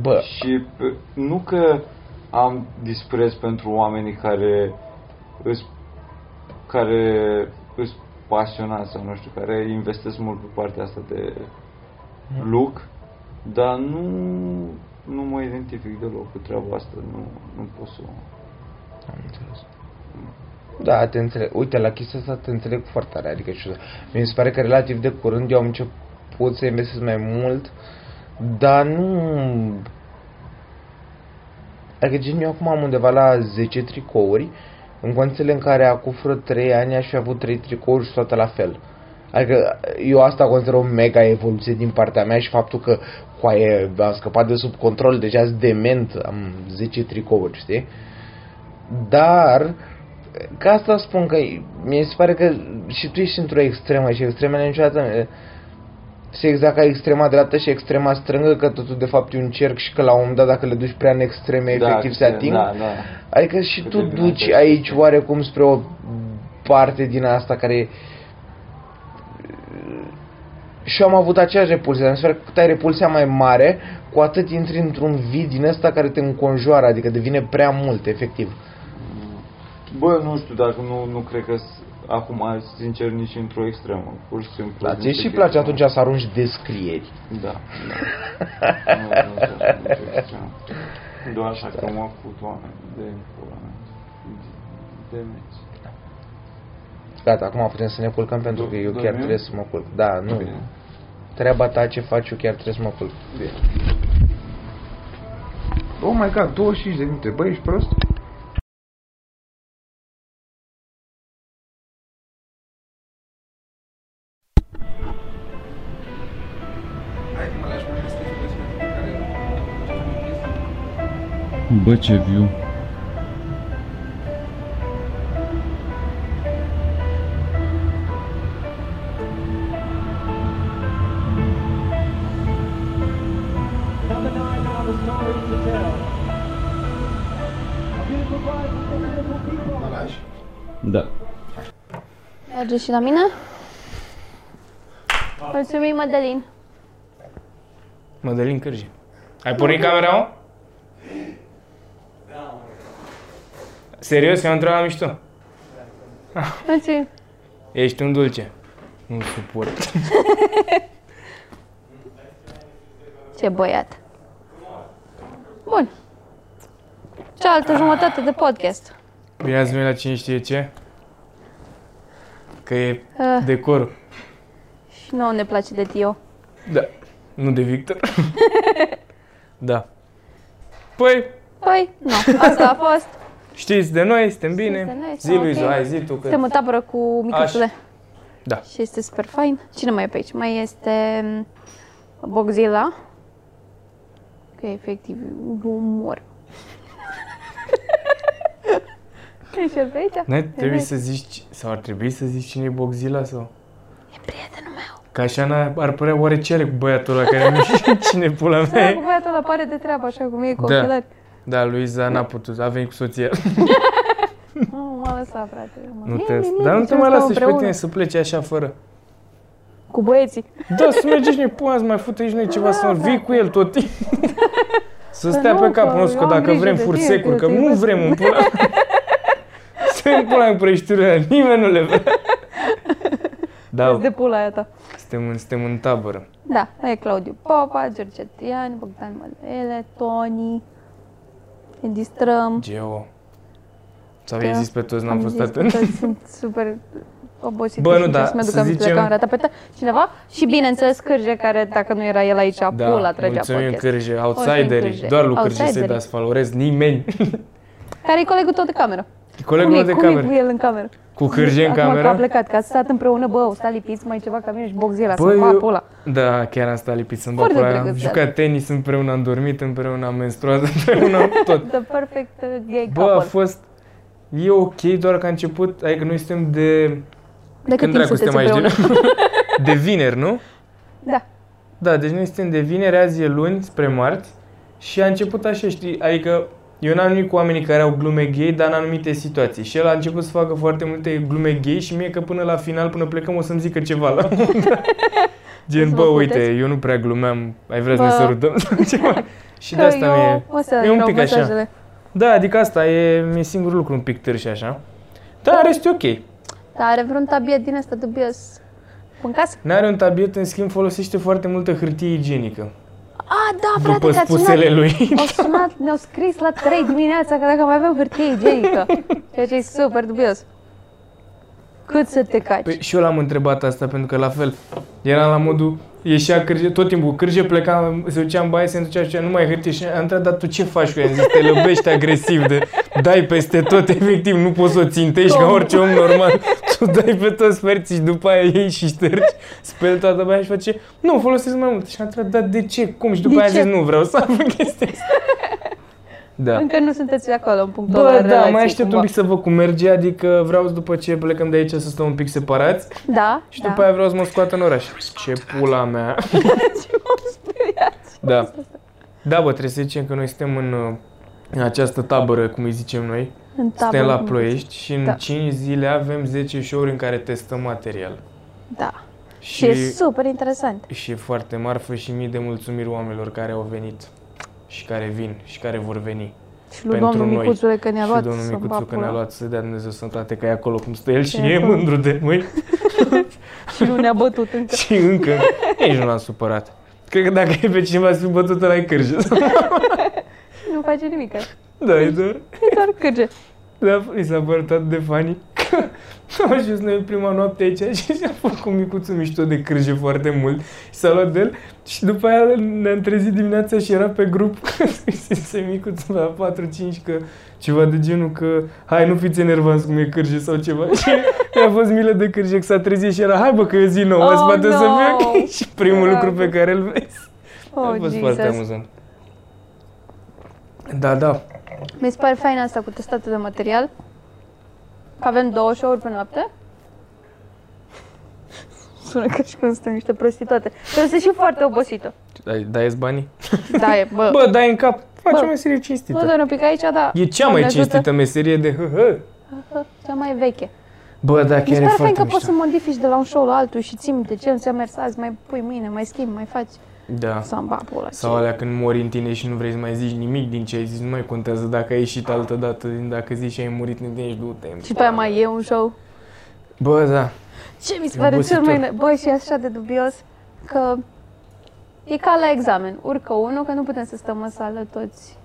Speaker 4: Bă,
Speaker 2: Și p- nu că am dispreț pentru oamenii care îs, care îs pasionați sau nu știu, care investesc mult pe partea asta de look, dar nu, nu mă identific deloc cu treaba asta, nu, nu pot să... o-
Speaker 4: Am înțeles. Da, te înțeleg. Uite, la chestia asta te înțeleg foarte tare. Adică, și mi se pare că relativ de curând eu am început să investesc mai mult, dar nu... Adică, gen, eu acum am undeva la 10 tricouri, în condițiile în care acum vreo 3 ani aș fi avut 3 tricouri și toate la fel. Adică eu asta consider o mega evoluție din partea mea și faptul că coaie, am scăpat de sub control, deja sunt dement, am 10 tricouri, știi? Dar ca asta spun că mi se pare că și tu ești într-o extremă și extremele niciodată și exact ca extrema dreaptă și extrema strângă că totul de fapt e un cerc și că la un moment dat dacă le duci prea în extreme efectiv se
Speaker 2: da,
Speaker 4: ating.
Speaker 2: Da, da.
Speaker 4: Adică și
Speaker 2: Cât
Speaker 4: tu
Speaker 2: de bine
Speaker 4: duci
Speaker 2: ai
Speaker 4: aici
Speaker 2: zis.
Speaker 4: oarecum spre o parte din asta care și eu am avut aceeași repulsie, dar mi se pare că cât ai repulsia mai mare, cu atât intri într-un vid din ăsta care te înconjoară, adică devine prea mult, efectiv.
Speaker 2: Bă, nu știu dacă nu, nu cred că s- acum, sincer, nici într-o extremă. Pur și simplu.
Speaker 4: Da, ție
Speaker 2: niște
Speaker 4: și place
Speaker 2: chestii.
Speaker 4: atunci să arunci descrieri.
Speaker 2: Da, da. nu, nu, nu, nicio extremă. Doar așa că mă fut oameni de pula mea. De de meci.
Speaker 4: Gata, acum putem să ne culcăm pentru că eu chiar
Speaker 2: Dormim?
Speaker 4: trebuie să mă culc. Da, nu.
Speaker 2: Bine.
Speaker 4: Treaba ta ce faci, eu chiar trebuie să mă culc.
Speaker 2: Bine.
Speaker 4: Oh my god, 25 de minute, băi, ești prost?
Speaker 5: Um
Speaker 3: Bă, ce view.
Speaker 5: Number nine now, the story to tell. A beautiful bride with a beautiful people.
Speaker 3: Da.
Speaker 6: Merge și la mine? Mulțumim, Mădălin.
Speaker 7: Mădălin Cârje. Ai
Speaker 6: Da.
Speaker 7: pornit camera, mă? Serios, eu am întrebat la mișto.
Speaker 6: Mulțumim.
Speaker 7: Ești un dulce. Nu suport.
Speaker 6: Ce băiat. Bun. Cealaltă jumătate de podcast.
Speaker 7: Bine ați venit la cine știe ce? Că e
Speaker 6: Ah.
Speaker 7: decorul.
Speaker 6: Și nouă ne place de Tio.
Speaker 7: Da. Nu de Victor. da. Păi,
Speaker 6: Păi, nu. Asta a fost.
Speaker 7: știți de noi, suntem bine.
Speaker 6: de noi,
Speaker 7: zi,
Speaker 6: suntem
Speaker 7: Luizu,
Speaker 6: ok.
Speaker 7: hai, zi tu că...
Speaker 6: Suntem în tabără cu micuțule.
Speaker 7: Da.
Speaker 6: Și este super fain. Cine mai e pe aici? Mai este mm, m, Boczila. Că efectiv umor. Ești el pe aici?
Speaker 7: N-ai trebuit să zici, sau ar trebui să zici cine e Boxila sau...
Speaker 6: Prietenul meu.
Speaker 7: Ca așa n-ar- ar părea oarecere cu băiatul ăla care nu știe cine pula mea
Speaker 6: Da,
Speaker 7: e.
Speaker 6: cu băiatul ăla pare de treabă, așa cum e cu
Speaker 7: Da.
Speaker 6: ochelari.
Speaker 7: Da, Luiza n-a putut, a venit cu soția.
Speaker 6: Nu m-a lăsat, frate. Mă-
Speaker 7: Nu
Speaker 6: Bine,
Speaker 7: te,
Speaker 6: bine,
Speaker 7: dar nu
Speaker 6: deci
Speaker 7: te
Speaker 6: eu
Speaker 7: mai
Speaker 6: stau
Speaker 7: lasă și pe
Speaker 6: împreună
Speaker 7: tine să pleci așa fără.
Speaker 6: Cu băieții.
Speaker 7: Da, să mergi și noi, pula, să mai fută și noi ceva, să vii cu el tot timpul. Să stea
Speaker 6: Da, nu,
Speaker 7: pe
Speaker 6: că
Speaker 7: capul nostru,
Speaker 6: eu
Speaker 7: că
Speaker 6: am
Speaker 7: dacă
Speaker 6: grijă
Speaker 7: vrem
Speaker 6: de tine,
Speaker 7: fursecuri,
Speaker 6: că eu
Speaker 7: că
Speaker 6: te
Speaker 7: nu
Speaker 6: iubesc.
Speaker 7: vrem în pula. Să în pula în prăjiturile, nimeni nu le vrea. Da,
Speaker 6: De pula aia ta.
Speaker 7: suntem în, suntem în tabără.
Speaker 6: Da, mai e Claudiu Popa, George Tian, Bogdan Mălele, Toni. Ne distrăm.
Speaker 7: Geo. Sau
Speaker 6: Da,
Speaker 7: i-ai zis pe toți, n-am
Speaker 6: Am
Speaker 7: fost
Speaker 6: zis că
Speaker 7: atent.
Speaker 6: toți sunt super obosită
Speaker 7: Bă, nu,
Speaker 6: și
Speaker 7: da,
Speaker 6: să mă duc
Speaker 7: să
Speaker 6: aminte
Speaker 7: zicem-
Speaker 6: că am ratat pe ta- cineva și bineînțeles Cârje care dacă nu era el aici, pula
Speaker 7: Da,
Speaker 6: trăgea
Speaker 7: mulțumim
Speaker 6: podcast.
Speaker 7: Cârje, outsiderii,
Speaker 6: Cârje.
Speaker 7: doar lui Cârje să-i
Speaker 6: Outsiderii.
Speaker 7: dați favorez, nimeni.
Speaker 6: Care e colegul tot de cameră.
Speaker 7: Colegul
Speaker 6: cum
Speaker 7: meu
Speaker 6: e,
Speaker 7: de
Speaker 6: cum e
Speaker 7: cameră.
Speaker 6: cu el în cameră?
Speaker 7: Cu cârje în
Speaker 6: Acum că a
Speaker 7: cameră?
Speaker 6: plecat, că a stat împreună, bă, au stat lipiți, mai ceva ca mine și boxila, să
Speaker 7: Băi,
Speaker 6: fac
Speaker 7: Păi, eu-
Speaker 6: pula.
Speaker 7: Da, chiar am stat lipit să-mi bag
Speaker 6: Foarte
Speaker 7: pula mea. Am
Speaker 6: drăguț, da.
Speaker 7: jucat tenis împreună, am dormit împreună, am menstruat împreună, am tot.
Speaker 6: The perfect uh, gay
Speaker 7: Bă, a
Speaker 6: couple.
Speaker 7: fost... E ok, doar că a început... Adică noi suntem de...
Speaker 6: de cât timp
Speaker 7: dracu
Speaker 6: sunteți
Speaker 7: De,
Speaker 6: împreună?
Speaker 7: de vineri, nu?
Speaker 6: Da.
Speaker 7: Da, deci noi suntem de vineri, azi e luni, spre marți. Și a început așa, știi, adică... Eu n-am nimic cu oamenii care au glume gay, dar în anumite situații. Și el a început să facă foarte multe glume gay și mie că până la final, până plecăm, o să-mi zică ceva la un moment dat. Gen,
Speaker 6: Să
Speaker 7: bă,
Speaker 6: vă
Speaker 7: uite,
Speaker 6: puteți.
Speaker 7: eu nu prea glumeam, ai vrea să ne
Speaker 6: Bă.
Speaker 7: sărutăm sau ceva. Și de
Speaker 6: Că
Speaker 7: asta
Speaker 6: eu
Speaker 7: mie...
Speaker 6: o să
Speaker 7: e un
Speaker 6: iau
Speaker 7: pic așa.
Speaker 6: mesajele.
Speaker 7: Da, adică asta e, mi-e singurul lucru un pic târ și așa. Dar
Speaker 6: Da.
Speaker 7: în rest e ok.
Speaker 6: Dar Da, are vreun tabiet din asta dubios în casă?
Speaker 7: N-are un tabiet, în schimb folosește foarte multă hârtie igienică.
Speaker 6: A, da, frate,
Speaker 7: După
Speaker 6: că a sunat,
Speaker 7: spusele lui.
Speaker 6: au sunat, ne-au scris la 3 dimineața că dacă mai avem hârtie igienică, ceea ce e super dubios. Cât să te caci?
Speaker 7: Păi, și eu l-am întrebat asta pentru că la fel era la modul ieșea cârge, tot timpul cârge pleca, se ducea în baie, se ducea și nu mai hârtie și am întrebat, dar tu ce faci cu ea? Am Zis, te lăbești agresiv, de, dai peste tot, efectiv, nu poți să o țintești ca
Speaker 6: Tom.
Speaker 7: orice om normal. Tu dai pe toți ferții și după aia iei și ștergi, speli toată baia și face, nu, folosesc mai mult. Și am întrebat, dar de ce, cum? Și după
Speaker 6: De
Speaker 7: aia a zis,
Speaker 6: ce?
Speaker 7: nu, vreau să fac chestia asta. Da.
Speaker 6: Încă nu sunteți acolo în punctul ăla
Speaker 7: Bă, da,
Speaker 6: relației,
Speaker 7: mai aștept
Speaker 6: cumva.
Speaker 7: un pic să văd cum merge, adică vreau după ce plecăm de aici să stăm un pic separați
Speaker 6: Da,
Speaker 7: și
Speaker 6: da.
Speaker 7: după aia vreau să mă scoată în oraș. Ce pula mea. da. Da, bă, trebuie să zicem că noi suntem în, uh, în această tabără, cum îi zicem noi.
Speaker 6: În
Speaker 7: suntem
Speaker 6: tabără,
Speaker 7: la
Speaker 6: cum-
Speaker 7: Ploiești și în
Speaker 6: Da.
Speaker 7: 5 zile avem 10 show-uri în care testăm material.
Speaker 6: Da. Și
Speaker 7: Și,
Speaker 6: e super interesant.
Speaker 7: și e foarte marfă și mii de mulțumiri oamenilor care au venit și care vin și care vor veni.
Speaker 6: Și lui
Speaker 7: Pentru
Speaker 6: domnul
Speaker 7: noi.
Speaker 6: Micuțule că ne-a luat
Speaker 7: și domnul
Speaker 6: să-mi
Speaker 7: Micuțu
Speaker 6: bag
Speaker 7: că ne-a
Speaker 6: pula.
Speaker 7: luat să dea Dumnezeu sănătate că e acolo cum stă el și
Speaker 6: Că e
Speaker 7: e
Speaker 6: acolo.
Speaker 7: mândru de noi
Speaker 6: Și nu ne-a bătut încă.
Speaker 7: și încă nici nu l-am supărat. Cred că dacă e pe cineva să fi bătut la cârjă.
Speaker 6: Nu face nimic.
Speaker 7: da, e doar.
Speaker 6: E doar cârge.
Speaker 7: Da, i s-a părut atât de funny că am ajuns noi prima noapte aici și s-a făcut micuțul mișto de crâje foarte mult și s-a luat de el și după aia ne-am trezit dimineața și era pe grup că scrisese micuțul la 4-5 că ceva de genul că hai nu fiți enervanți cum e cârje sau ceva și mi-a fost milă de cârje că s-a trezit și era hai bă că e zi nouă,
Speaker 6: Oh,
Speaker 7: azi poate o să
Speaker 6: no!
Speaker 7: fie ok." și primul
Speaker 6: Bravo.
Speaker 7: lucru pe care îl vezi.
Speaker 6: Oh,
Speaker 7: a fost foarte
Speaker 6: Jesus.
Speaker 7: amuzant. Da, da,
Speaker 6: Mi se pare fain asta cu testatul de material. Că avem două show-uri pe noapte. Sună ca și cum suntem niște prostituate. Dar sunt și foarte obosită.
Speaker 7: dai, dai banii?
Speaker 6: Da, e, bă.
Speaker 7: Bă, dai în cap, faci
Speaker 6: Bă.
Speaker 7: o meserie cinstită.
Speaker 6: Mă doar un pic aici, dar...
Speaker 7: E cea
Speaker 6: Doamne
Speaker 7: mai
Speaker 6: ajută.
Speaker 7: cinstită meserie de hă
Speaker 6: Cea mai veche.
Speaker 7: Bă, da,
Speaker 6: Mi
Speaker 7: chiar
Speaker 6: se
Speaker 7: e
Speaker 6: pare fain
Speaker 7: foarte
Speaker 6: că poți să
Speaker 7: mișto.
Speaker 6: modifici de la un show la altul și ții de ce nu ți-a mers azi, mai pui mâine, mai schimbi, mai faci.
Speaker 7: Da.
Speaker 6: Samba, pula,
Speaker 7: Sau alea când mori în tine și nu vrei să mai zici nimic din ce ai zis, nu mai contează dacă ai ieșit altă dată, din dacă zici și ai murit în tine și du-te în
Speaker 6: Și pe aia mai e un show.
Speaker 7: Bă, da.
Speaker 6: Ce mi se
Speaker 7: E
Speaker 6: pare cel
Speaker 7: obositor.
Speaker 6: mai... ne- Bă, și e așa de dubios că e ca la examen. Urcă unul, că nu putem să stăm în sală toți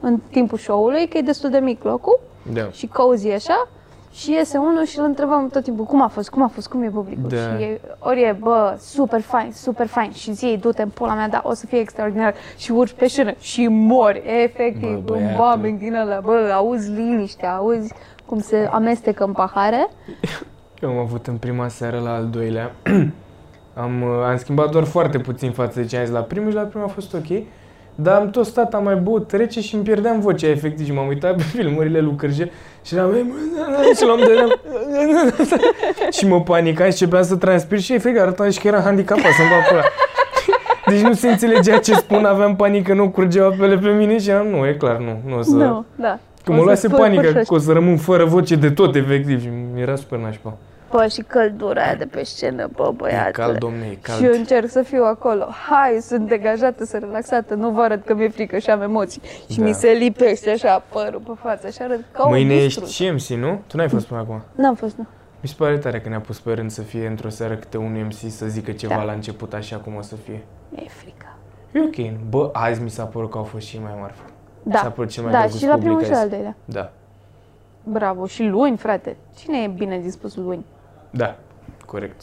Speaker 6: în timpul show-ului, că e destul de mic locul
Speaker 7: Da.
Speaker 6: și cozy așa. Și iese unul și îl întrebăm tot timpul cum a fost, cum a fost, cum e publicul.
Speaker 7: Da.
Speaker 6: Și e, ori e, bă, super fain, super fain și zi, du-te în pula mea, da, o să fie extraordinar. Și urci pe șână și mori, efectiv,
Speaker 7: Bă,
Speaker 6: un
Speaker 7: băiatul.
Speaker 6: bombing din ăla, bă, auzi liniștea, auzi cum se amestecă în pahare.
Speaker 7: Eu am avut în prima seară la al doilea. am, uh, am schimbat doar foarte puțin față de ce am zis la primul și la primul a fost ok. Dar am tot stat, am mai băut, trece și îmi pierdeam vocea efectiv și m-am uitat pe filmările lui Cârje și eram "Ei, mă, da, și l-am de și mă panicam și începeam să transpir și efectiv arătam și că era handicapat să-mi fac pula. Deci nu se înțelegea ce spun, aveam panică, nu curgeau apele pe mine și eram, nu, e clar, nu, nu o să...
Speaker 6: Nu, da.
Speaker 7: Că
Speaker 6: O
Speaker 7: mă
Speaker 6: să
Speaker 7: luase
Speaker 6: spui
Speaker 7: panică
Speaker 6: pârșești.
Speaker 7: că o să rămân fără voce de tot, efectiv, și era super nașpa.
Speaker 6: Bă, și căldura aia de pe scenă, bă, băiatule.
Speaker 7: E cald, domne, e cald.
Speaker 6: Și eu încerc să fiu acolo. Hai, sunt degajată, sunt relaxată, nu vă arăt că mi-e frică și am emoții. Și
Speaker 7: Da.
Speaker 6: mi se lipește așa părul pe față și arăt ca
Speaker 7: Mâine
Speaker 6: un
Speaker 7: ești
Speaker 6: distrus.
Speaker 7: CMC, nu? Tu n-ai fost până acum.
Speaker 6: N-am fost, nu.
Speaker 7: Mi se pare tare că ne-a pus pe rând să fie într-o seară câte un MC să zică ceva
Speaker 6: Da.
Speaker 7: la început așa cum o să fie.
Speaker 6: Mi-e frică.
Speaker 7: E ok. Bă, azi mi s-a părut că au fost și mai marfă. S-a
Speaker 6: Da,
Speaker 7: părut cel mai
Speaker 6: da
Speaker 7: drăguț
Speaker 6: și la
Speaker 7: public
Speaker 6: primul și la
Speaker 7: azi.
Speaker 6: al doilea.
Speaker 7: Da,
Speaker 6: Bravo, și luni, frate. Cine e bine dispus luni?
Speaker 7: da, corect.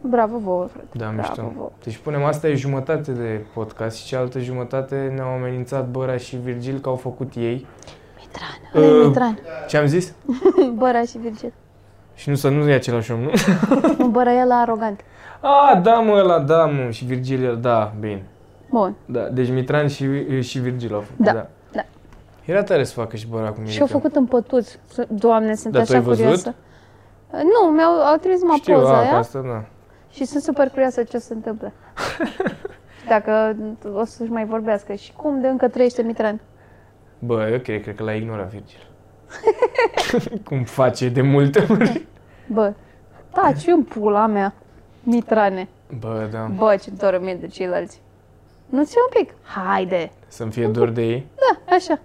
Speaker 6: Bravo vouă, frate.
Speaker 7: Da,
Speaker 6: Bravo
Speaker 7: mișto.
Speaker 6: vouă.
Speaker 7: Deci punem asta e jumătate de podcast și cealaltă jumătate ne-au amenințat Băra și Virgil că au făcut ei.
Speaker 6: Mitran, uh,
Speaker 7: Uh.
Speaker 6: Mitran.
Speaker 7: Ce am zis?
Speaker 6: Băra și Virgil.
Speaker 7: Și nu să nu e același om, nu?
Speaker 6: Nu, Băra e la arogant.
Speaker 7: A, da mă, ăla, da mă, și Virgil, el, da, bine.
Speaker 6: Bun.
Speaker 7: Da, deci Mitran și, și Virgil au făcut,
Speaker 6: Da,
Speaker 7: da.
Speaker 6: da.
Speaker 7: Era tare să facă și băra cum e.
Speaker 6: Și au făcut în pătuți. Doamne, sunt
Speaker 7: Dar tu
Speaker 6: așa
Speaker 7: ai văzut?
Speaker 6: curioasă. Nu, mi-au au trimis numai
Speaker 7: Știu,
Speaker 6: poza
Speaker 7: a,
Speaker 6: aia
Speaker 7: cu asta, da.
Speaker 6: și sunt super curioasă ce se întâmplă. Dacă o să-și mai vorbească și cum de încă trăiește Mitran.
Speaker 7: Bă, eu cred, cred că l-a ignorat Virgil. cum face de multe ori.
Speaker 6: Bă, taci în pula mea, Mitrane.
Speaker 7: Bă, da,
Speaker 6: Bă, ce doră mie de ceilalți. Nu ți un pic? Haide!
Speaker 7: să-mi fie dor de ei.
Speaker 6: Da, așa.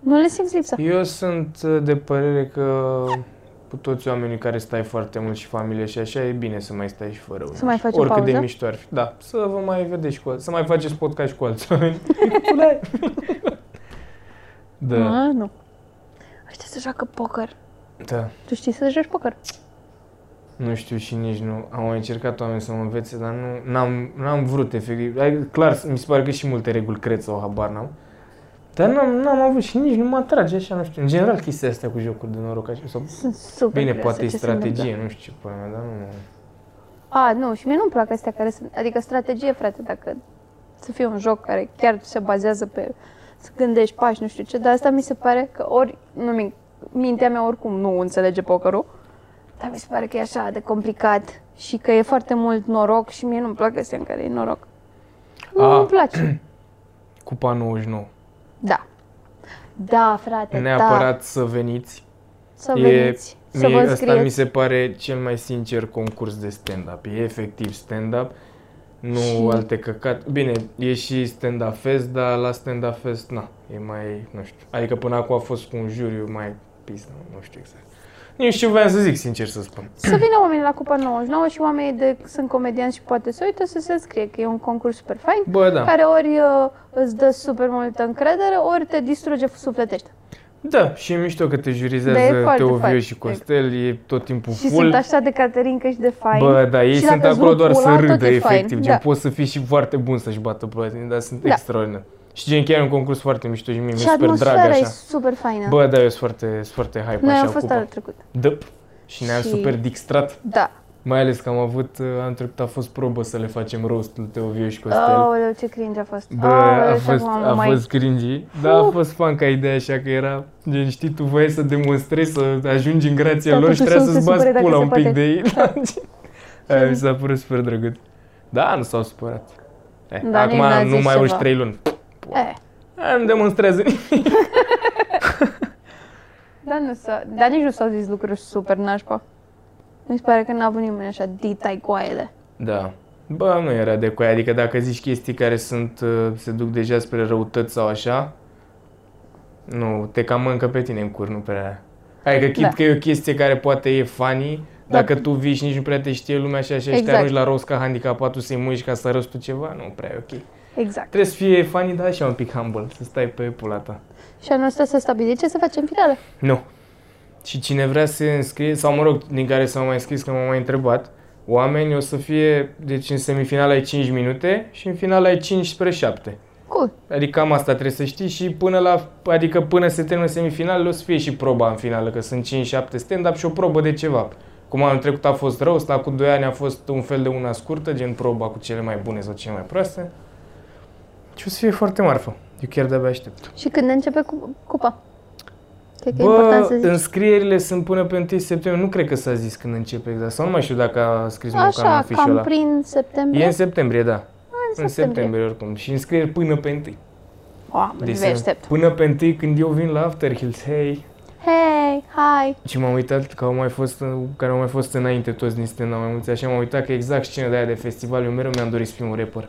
Speaker 6: Nu le simți lipsa.
Speaker 7: Eu sunt uh, de părere că cu toți oamenii care stai foarte mult și familie și așa, e bine să mai stai și fără unul.
Speaker 6: mai faci o
Speaker 7: Oricât de
Speaker 6: pauză?
Speaker 7: mișto ar fi. Da, să vă mai vedeți și cu alții, să mai faceți podcast și cu alți oameni. da,
Speaker 6: A, nu. Ăștia se joacă poker.
Speaker 7: da.
Speaker 6: Tu știi să joci poker?
Speaker 7: Nu știu și nici nu. Am mai încercat oameni să mă învețe, dar nu, n-am, n-am vrut efectiv. Ai- Clar, mi se pare că și multe reguli cred sau habar n-am. Dar n-am, n-am avut și nici nu mă atrage așa, nu știu. În general chestia asta cu jocuri de noroc așa. Sau,
Speaker 6: Sunt super
Speaker 7: bine,
Speaker 6: curioasă
Speaker 7: poate e
Speaker 6: ce se întâmplă.
Speaker 7: strategie, nu știu ce până mea, dar nu...
Speaker 6: A, nu, și mie nu-mi plac astea care sunt, adică strategie, frate, dacă să fie un joc care chiar se bazează pe să gândești pași, nu știu ce, dar asta mi se pare că ori, nu min- mintea mea oricum nu înțelege pokerul, dar mi se pare că e așa de complicat și că e foarte mult noroc și mie nu-mi plac astea în care e noroc. Nu,
Speaker 7: A.
Speaker 6: nu-mi place.
Speaker 7: Cupa 99.
Speaker 6: Da. Da, frate, da.
Speaker 7: Neapărat să veniți.
Speaker 6: Să veniți, să
Speaker 7: mie,
Speaker 6: vă
Speaker 7: asta mi
Speaker 6: înscrieți.
Speaker 7: se pare cel mai sincer concurs de stand-up. E efectiv stand-up. Nu
Speaker 6: Și-
Speaker 7: alte căcat. Bine, e și stand-up fest, dar la stand-up fest, na, e mai, nu știu. Adică până acum a fost cu un juriu mai pisă, nu știu exact. Nici ce voiam să zic, sincer să spun.
Speaker 6: Să vină oamenii la Cupa 99 și oamenii de sunt comedianți și poate să uită să se înscrie, că e un concurs super fain,
Speaker 7: Bă, da.
Speaker 6: care ori uh, îți dă super multă încredere, ori te distruge sufletește.
Speaker 7: Da, și e mișto că
Speaker 6: Da,
Speaker 7: te
Speaker 6: e
Speaker 7: jurizează
Speaker 6: foarte
Speaker 7: Teoviu
Speaker 6: fain.
Speaker 7: și Costel, e tot timpul
Speaker 6: Și
Speaker 7: full.
Speaker 6: sunt așa de caterincă și de fain.
Speaker 7: Bă, da, ei
Speaker 6: și dacă
Speaker 7: sunt
Speaker 6: îți
Speaker 7: acolo
Speaker 6: rup
Speaker 7: doar să
Speaker 6: pula, tot
Speaker 7: râdă,
Speaker 6: e fain.
Speaker 7: efectiv. Gen,
Speaker 6: Da.
Speaker 7: poți să fii și foarte bun să-și bată pula din- dar sunt
Speaker 6: Da.
Speaker 7: extraordinari. Și gen, chiar e un concurs foarte mișto și mie mi-e
Speaker 6: și
Speaker 7: super drag
Speaker 6: atmosfera e
Speaker 7: așa.
Speaker 6: super faină.
Speaker 7: Bă, da, eu sunt foarte, sunt foarte hype
Speaker 6: Noi
Speaker 7: așa
Speaker 6: am fost
Speaker 7: cupa.
Speaker 6: anul trecut.
Speaker 7: Dăp. Și ne-am
Speaker 6: Și-
Speaker 7: super distrat.
Speaker 6: Da.
Speaker 7: Mai ales că am avut, uh, anul trecut a fost probă să le facem roastul Teoviu și Costel.
Speaker 6: Aoleu, ce cringe a fost.
Speaker 7: Bă,
Speaker 6: Aoleu,
Speaker 7: a
Speaker 6: și
Speaker 7: fost,
Speaker 6: acum
Speaker 7: a
Speaker 6: mai-
Speaker 7: fost cringy, dar a fost fan ca ideea așa că era, gen, știi, tu voiai să demonstrezi, să ajungi în grația
Speaker 6: Da,
Speaker 7: lor și
Speaker 6: totuși
Speaker 7: trebuia
Speaker 6: să
Speaker 7: să-ți
Speaker 6: se
Speaker 7: bați
Speaker 6: supere dacă
Speaker 7: pula
Speaker 6: se
Speaker 7: un pic
Speaker 6: poate. Da.
Speaker 7: de ei. Aia mi s-a părut super drăguț. Da, nu s-au supărat. Eh,
Speaker 6: Da, nici n-a
Speaker 7: Acum nu
Speaker 6: zis
Speaker 7: mai
Speaker 6: ceva.
Speaker 7: urci trei luni.
Speaker 6: Eh,
Speaker 7: Aia nu demonstrează nimic.
Speaker 6: dar, nu s-a, dar nici nu s-au zis lucruri super nașpa. Mi se pare că n-a avut nimeni așa ditai cu ele.
Speaker 7: Da. Bă, nu era de coaie, adică dacă zici chestii care sunt, uh, se duc deja spre răutăți sau așa, nu, te cam mâncă pe tine în cur, nu prea. Adică chit
Speaker 6: Da.
Speaker 7: că e o chestie care poate e funny,
Speaker 6: Da.
Speaker 7: dacă tu vii și nici nu prea te știe lumea și așa și te
Speaker 6: Exact.
Speaker 7: arunci la rost ca handicapat, tu să-i muiși ca să arăți tu ceva, nu prea e ok.
Speaker 6: Exact.
Speaker 7: Trebuie să fie funny, dar așa un pic humble, să stai pe pula ta.
Speaker 6: Și anul ăsta s-a stabilit ce să facem finale.
Speaker 7: Nu. Și cine vrea să se înscrie, sau mă rog, din care s-au mai înscris, că m-au mai întrebat, oamenii o să fie, deci în semifinala ai 5 minute și în final ai 5 spre 7.
Speaker 6: Cool.
Speaker 7: Adică cam asta trebuie să știi și până la, adică până se termină semifinalele o să fie și proba în finală, că sunt 5-7 stand-up și o probă de ceva. Cum anul trecut a fost rău, ăsta cu 2 ani a fost un fel de una scurtă, gen proba cu cele mai bune sau cele mai proaste. Și o să fie foarte marfă. Eu chiar de-abia aștept.
Speaker 6: Și când începe cu, cupa? Cred că e important să
Speaker 7: Bă,
Speaker 6: zici.
Speaker 7: înscrierile sunt până pe 1 septembrie. Nu cred că s-a zis când începe exact. Sau nu mai știu dacă a scris Mocan în
Speaker 6: Așa,
Speaker 7: afișul
Speaker 6: cam
Speaker 7: ăla.
Speaker 6: prin septembrie.
Speaker 7: E în septembrie, da. În
Speaker 6: septembrie.
Speaker 7: septembrie oricum. Și înscrieri până pe 1.
Speaker 6: Oameni, deci, vei aștept.
Speaker 7: până pe 1 când eu vin la After Hills, hei.
Speaker 6: Hei, hai!
Speaker 7: Și m-am uitat că au mai fost, în- care au mai fost înainte toți din stand mai mulți. Așa m-am uitat că exact scena de aia de festival, eu mereu mi-am dorit să fiu un rapper.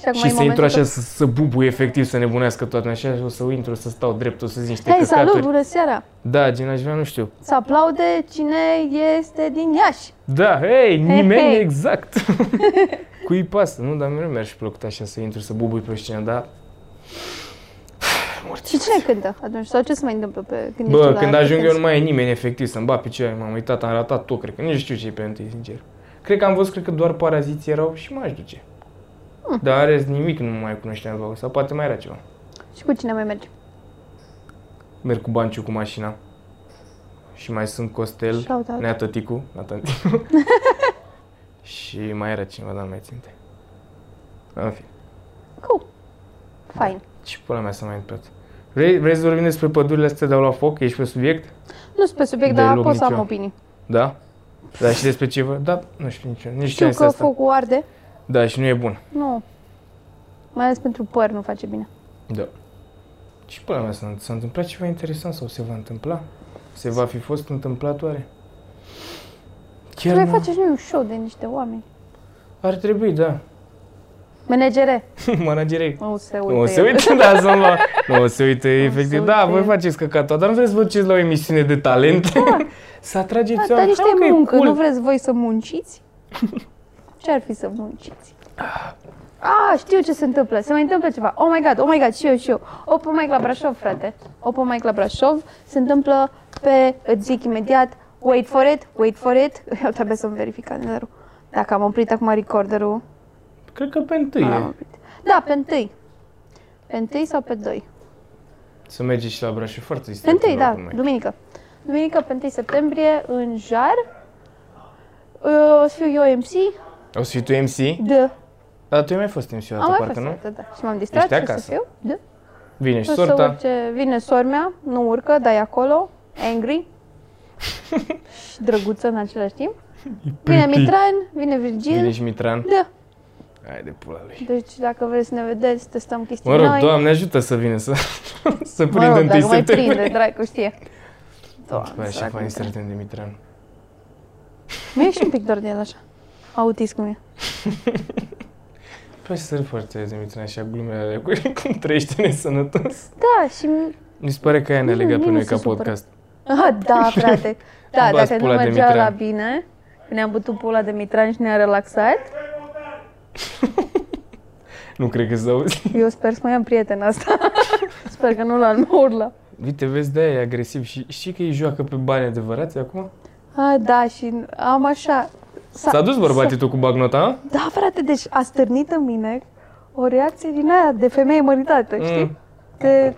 Speaker 6: și acum
Speaker 7: și
Speaker 6: e
Speaker 7: să intru
Speaker 6: momentul
Speaker 7: așa,
Speaker 6: tău.
Speaker 7: să, să bubuie efectiv, să nebunească toată. Așa o să intru, să stau drept, o să zic niște
Speaker 6: Hei, salut,
Speaker 7: căcaturi.
Speaker 6: bună seara!
Speaker 7: Da, gen, aș vrea, nu știu,
Speaker 6: Să aplaude cine este din Iași.
Speaker 7: Da, hei, nimeni
Speaker 6: hei.
Speaker 7: exact. Cui pasă, nu? Dar mereu mi-ar fi plăcut așa să intru, să bubui pe scenă, dar...
Speaker 6: Și cine cântă atunci? Sau ce se mai întâmplă pe când ești
Speaker 7: Bă,
Speaker 6: la
Speaker 7: când ajung eu
Speaker 6: Athens?
Speaker 7: nu mai e nimeni efectiv să-mi bat picioarele, m-am uitat, am ratat tot, cred că nici știu ce e pe întâi, sincer. Cred că am văzut, cred că doar paraziți erau și m-aș duce.
Speaker 6: Hmm.
Speaker 7: Dar în rest nimic nu mai cunoșteam acolo, sau poate mai era ceva.
Speaker 6: Și cu cine mai mergi?
Speaker 7: Merg cu Banciu cu mașina. Și mai sunt Costel,
Speaker 6: Shout out.
Speaker 7: Nea Tăticu, Nea Tăticu. și mai era cineva, dar nu mai ținte. În fine.
Speaker 6: Cool. Fain.
Speaker 7: Ce pula mea să mai întâmplat? Vrei, vrei să vorbim despre pădurile astea de la foc? Ești pe subiect?
Speaker 6: Nu sunt pe subiect, dar
Speaker 7: Deloc
Speaker 6: pot să am
Speaker 7: nicio.
Speaker 6: opinii.
Speaker 7: Da? Da, și despre ce vă... Da, nu știu nici eu. Nici ce
Speaker 6: Știu
Speaker 7: am zis
Speaker 6: că
Speaker 7: asta.
Speaker 6: focul arde.
Speaker 7: Da, și nu e bun.
Speaker 6: Nu. Mai ales pentru păr nu face bine.
Speaker 7: Da. Ce pula mea s-a, s-a întâmplat ceva interesant sau se va întâmpla? Se va fi fost întâmplat oare? Chiar
Speaker 6: Trebuie
Speaker 7: nu-
Speaker 6: face și noi un show de niște oameni.
Speaker 7: Ar trebui, da.
Speaker 6: Managere.
Speaker 7: Managerei.
Speaker 6: Nu se
Speaker 7: Nu o
Speaker 6: uită.
Speaker 7: se
Speaker 6: el.
Speaker 7: uită, da, să la... Nu o se uită, efectiv.
Speaker 6: se
Speaker 7: Da,
Speaker 6: uită
Speaker 7: voi
Speaker 6: el.
Speaker 7: faceți căcatul, dar nu vreți să vă duceți la o emisiune de talent? Să atrageți
Speaker 6: Da, dar niște
Speaker 7: Hai, mă, că e
Speaker 6: muncă.
Speaker 7: cool.
Speaker 6: Nu vreți voi să munciți? Ce ar fi să munciți? Ah, știu ce se întâmplă. Se mai întâmplă ceva. Oh my god, oh my god, și eu, și eu. Open mic la Brașov, frate. Open mic la Brașov se întâmplă pe, îți zic imediat, wait for it, wait for it. Eu trebuie să-mi verific calendarul. Dacă am oprit acum recorderul.
Speaker 7: Cred că pe întâi
Speaker 6: Am
Speaker 7: e.
Speaker 6: oprit. Da, pe întâi. Pe întâi sau pe doi?
Speaker 7: Să mergi și la Brașov foarte
Speaker 6: Pe
Speaker 7: distant.
Speaker 6: întâi, da,
Speaker 7: locul meu.
Speaker 6: duminică. Duminică, pe 1 septembrie, în Jar. Uh, O să fiu eu MC,
Speaker 7: O să fii tu MC?
Speaker 6: Da.
Speaker 7: Dar tu ai mai fost MC o
Speaker 6: Am
Speaker 7: dată,
Speaker 6: mai
Speaker 7: parcă
Speaker 6: fost
Speaker 7: nu?
Speaker 6: o dată, da. Și m-am distrat
Speaker 7: Ești
Speaker 6: și o să
Speaker 7: acasă.
Speaker 6: fiu. Da.
Speaker 7: Vine și
Speaker 6: O să
Speaker 7: sorta.
Speaker 6: urce, vine sormea, nu urcă, dar e acolo, angry. și drăguță în același timp. Vine Mitran, vine Virgil.
Speaker 7: Vine și Mitran.
Speaker 6: Da.
Speaker 7: Hai de pula lui.
Speaker 6: Deci dacă vreți să ne vedeți, testăm chestii
Speaker 7: Mă rog,
Speaker 6: noi.
Speaker 7: Doamne ajută să vină să, să
Speaker 6: mă
Speaker 7: prindă
Speaker 6: rog,
Speaker 7: întâi
Speaker 6: dacă mai
Speaker 7: septembrie.
Speaker 6: prinde, dracu știe.
Speaker 7: Bă,
Speaker 6: Doamne,
Speaker 7: așa
Speaker 6: sărac
Speaker 7: fain să
Speaker 6: Mitran.
Speaker 7: râdem de Mitran.
Speaker 6: Mi-e și un pic dor de el așa. Autism e.
Speaker 7: Păi să nu foarte Dimitri așa glumele alea cu cum trăiește nesănătos.
Speaker 6: Da, și...
Speaker 7: Mi se pare că aia ne-a
Speaker 6: Nu,
Speaker 7: legat pe
Speaker 6: nu
Speaker 7: noi
Speaker 6: se
Speaker 7: ca
Speaker 6: supără.
Speaker 7: podcast.
Speaker 6: Ah, da, frate. Da,
Speaker 7: Bați
Speaker 6: dacă nu
Speaker 7: pula de
Speaker 6: mergea
Speaker 7: Mitran.
Speaker 6: la bine, ne-am bătut pula de Mitran și ne-a relaxat,
Speaker 7: Nu cred că se auzi.
Speaker 6: eu sper să mai am prieten asta. sper că nu l-am mă urla.
Speaker 7: Uite, vezi, de e agresiv și știi că îi joacă pe bani adevărați acum?
Speaker 6: Ah, da, și am așa... s-a-
Speaker 7: S-a dus bărbatul cu bagnota, a?
Speaker 6: Da, frate, deci a stârnit în mine o reacție din aia de femeie măritată, mm. știi? Te,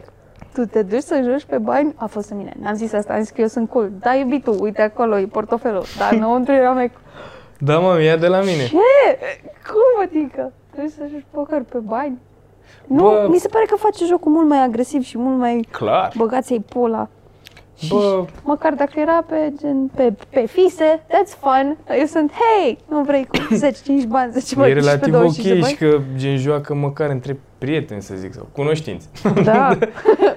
Speaker 6: tu te duci să joci pe bani? A fost în mine. N-am zis asta, am zis că eu sunt cool. Da, iubitul, uite acolo, e portofelul. Dar înăuntru eram like,
Speaker 7: Da, mă, ia de la mine.
Speaker 6: ce? Cum, adică? Trebuie să joci poker pe bani? Nu,
Speaker 7: Bă.
Speaker 6: mi se pare că face jocul mult mai agresiv și mult mai
Speaker 7: Clar.
Speaker 6: băgați-i pula.
Speaker 7: Bă,
Speaker 6: Măcar dacă era pe, gen, pe, pe fise, that's fun. Eu sunt, hei, nu vrei cu 10, 5 bani, 10 bani,
Speaker 7: e relativ
Speaker 6: 25 de
Speaker 7: ok
Speaker 6: bani?
Speaker 7: și că gen joacă măcar între prieteni, să zic, sau cunoștinți.
Speaker 6: Da. Până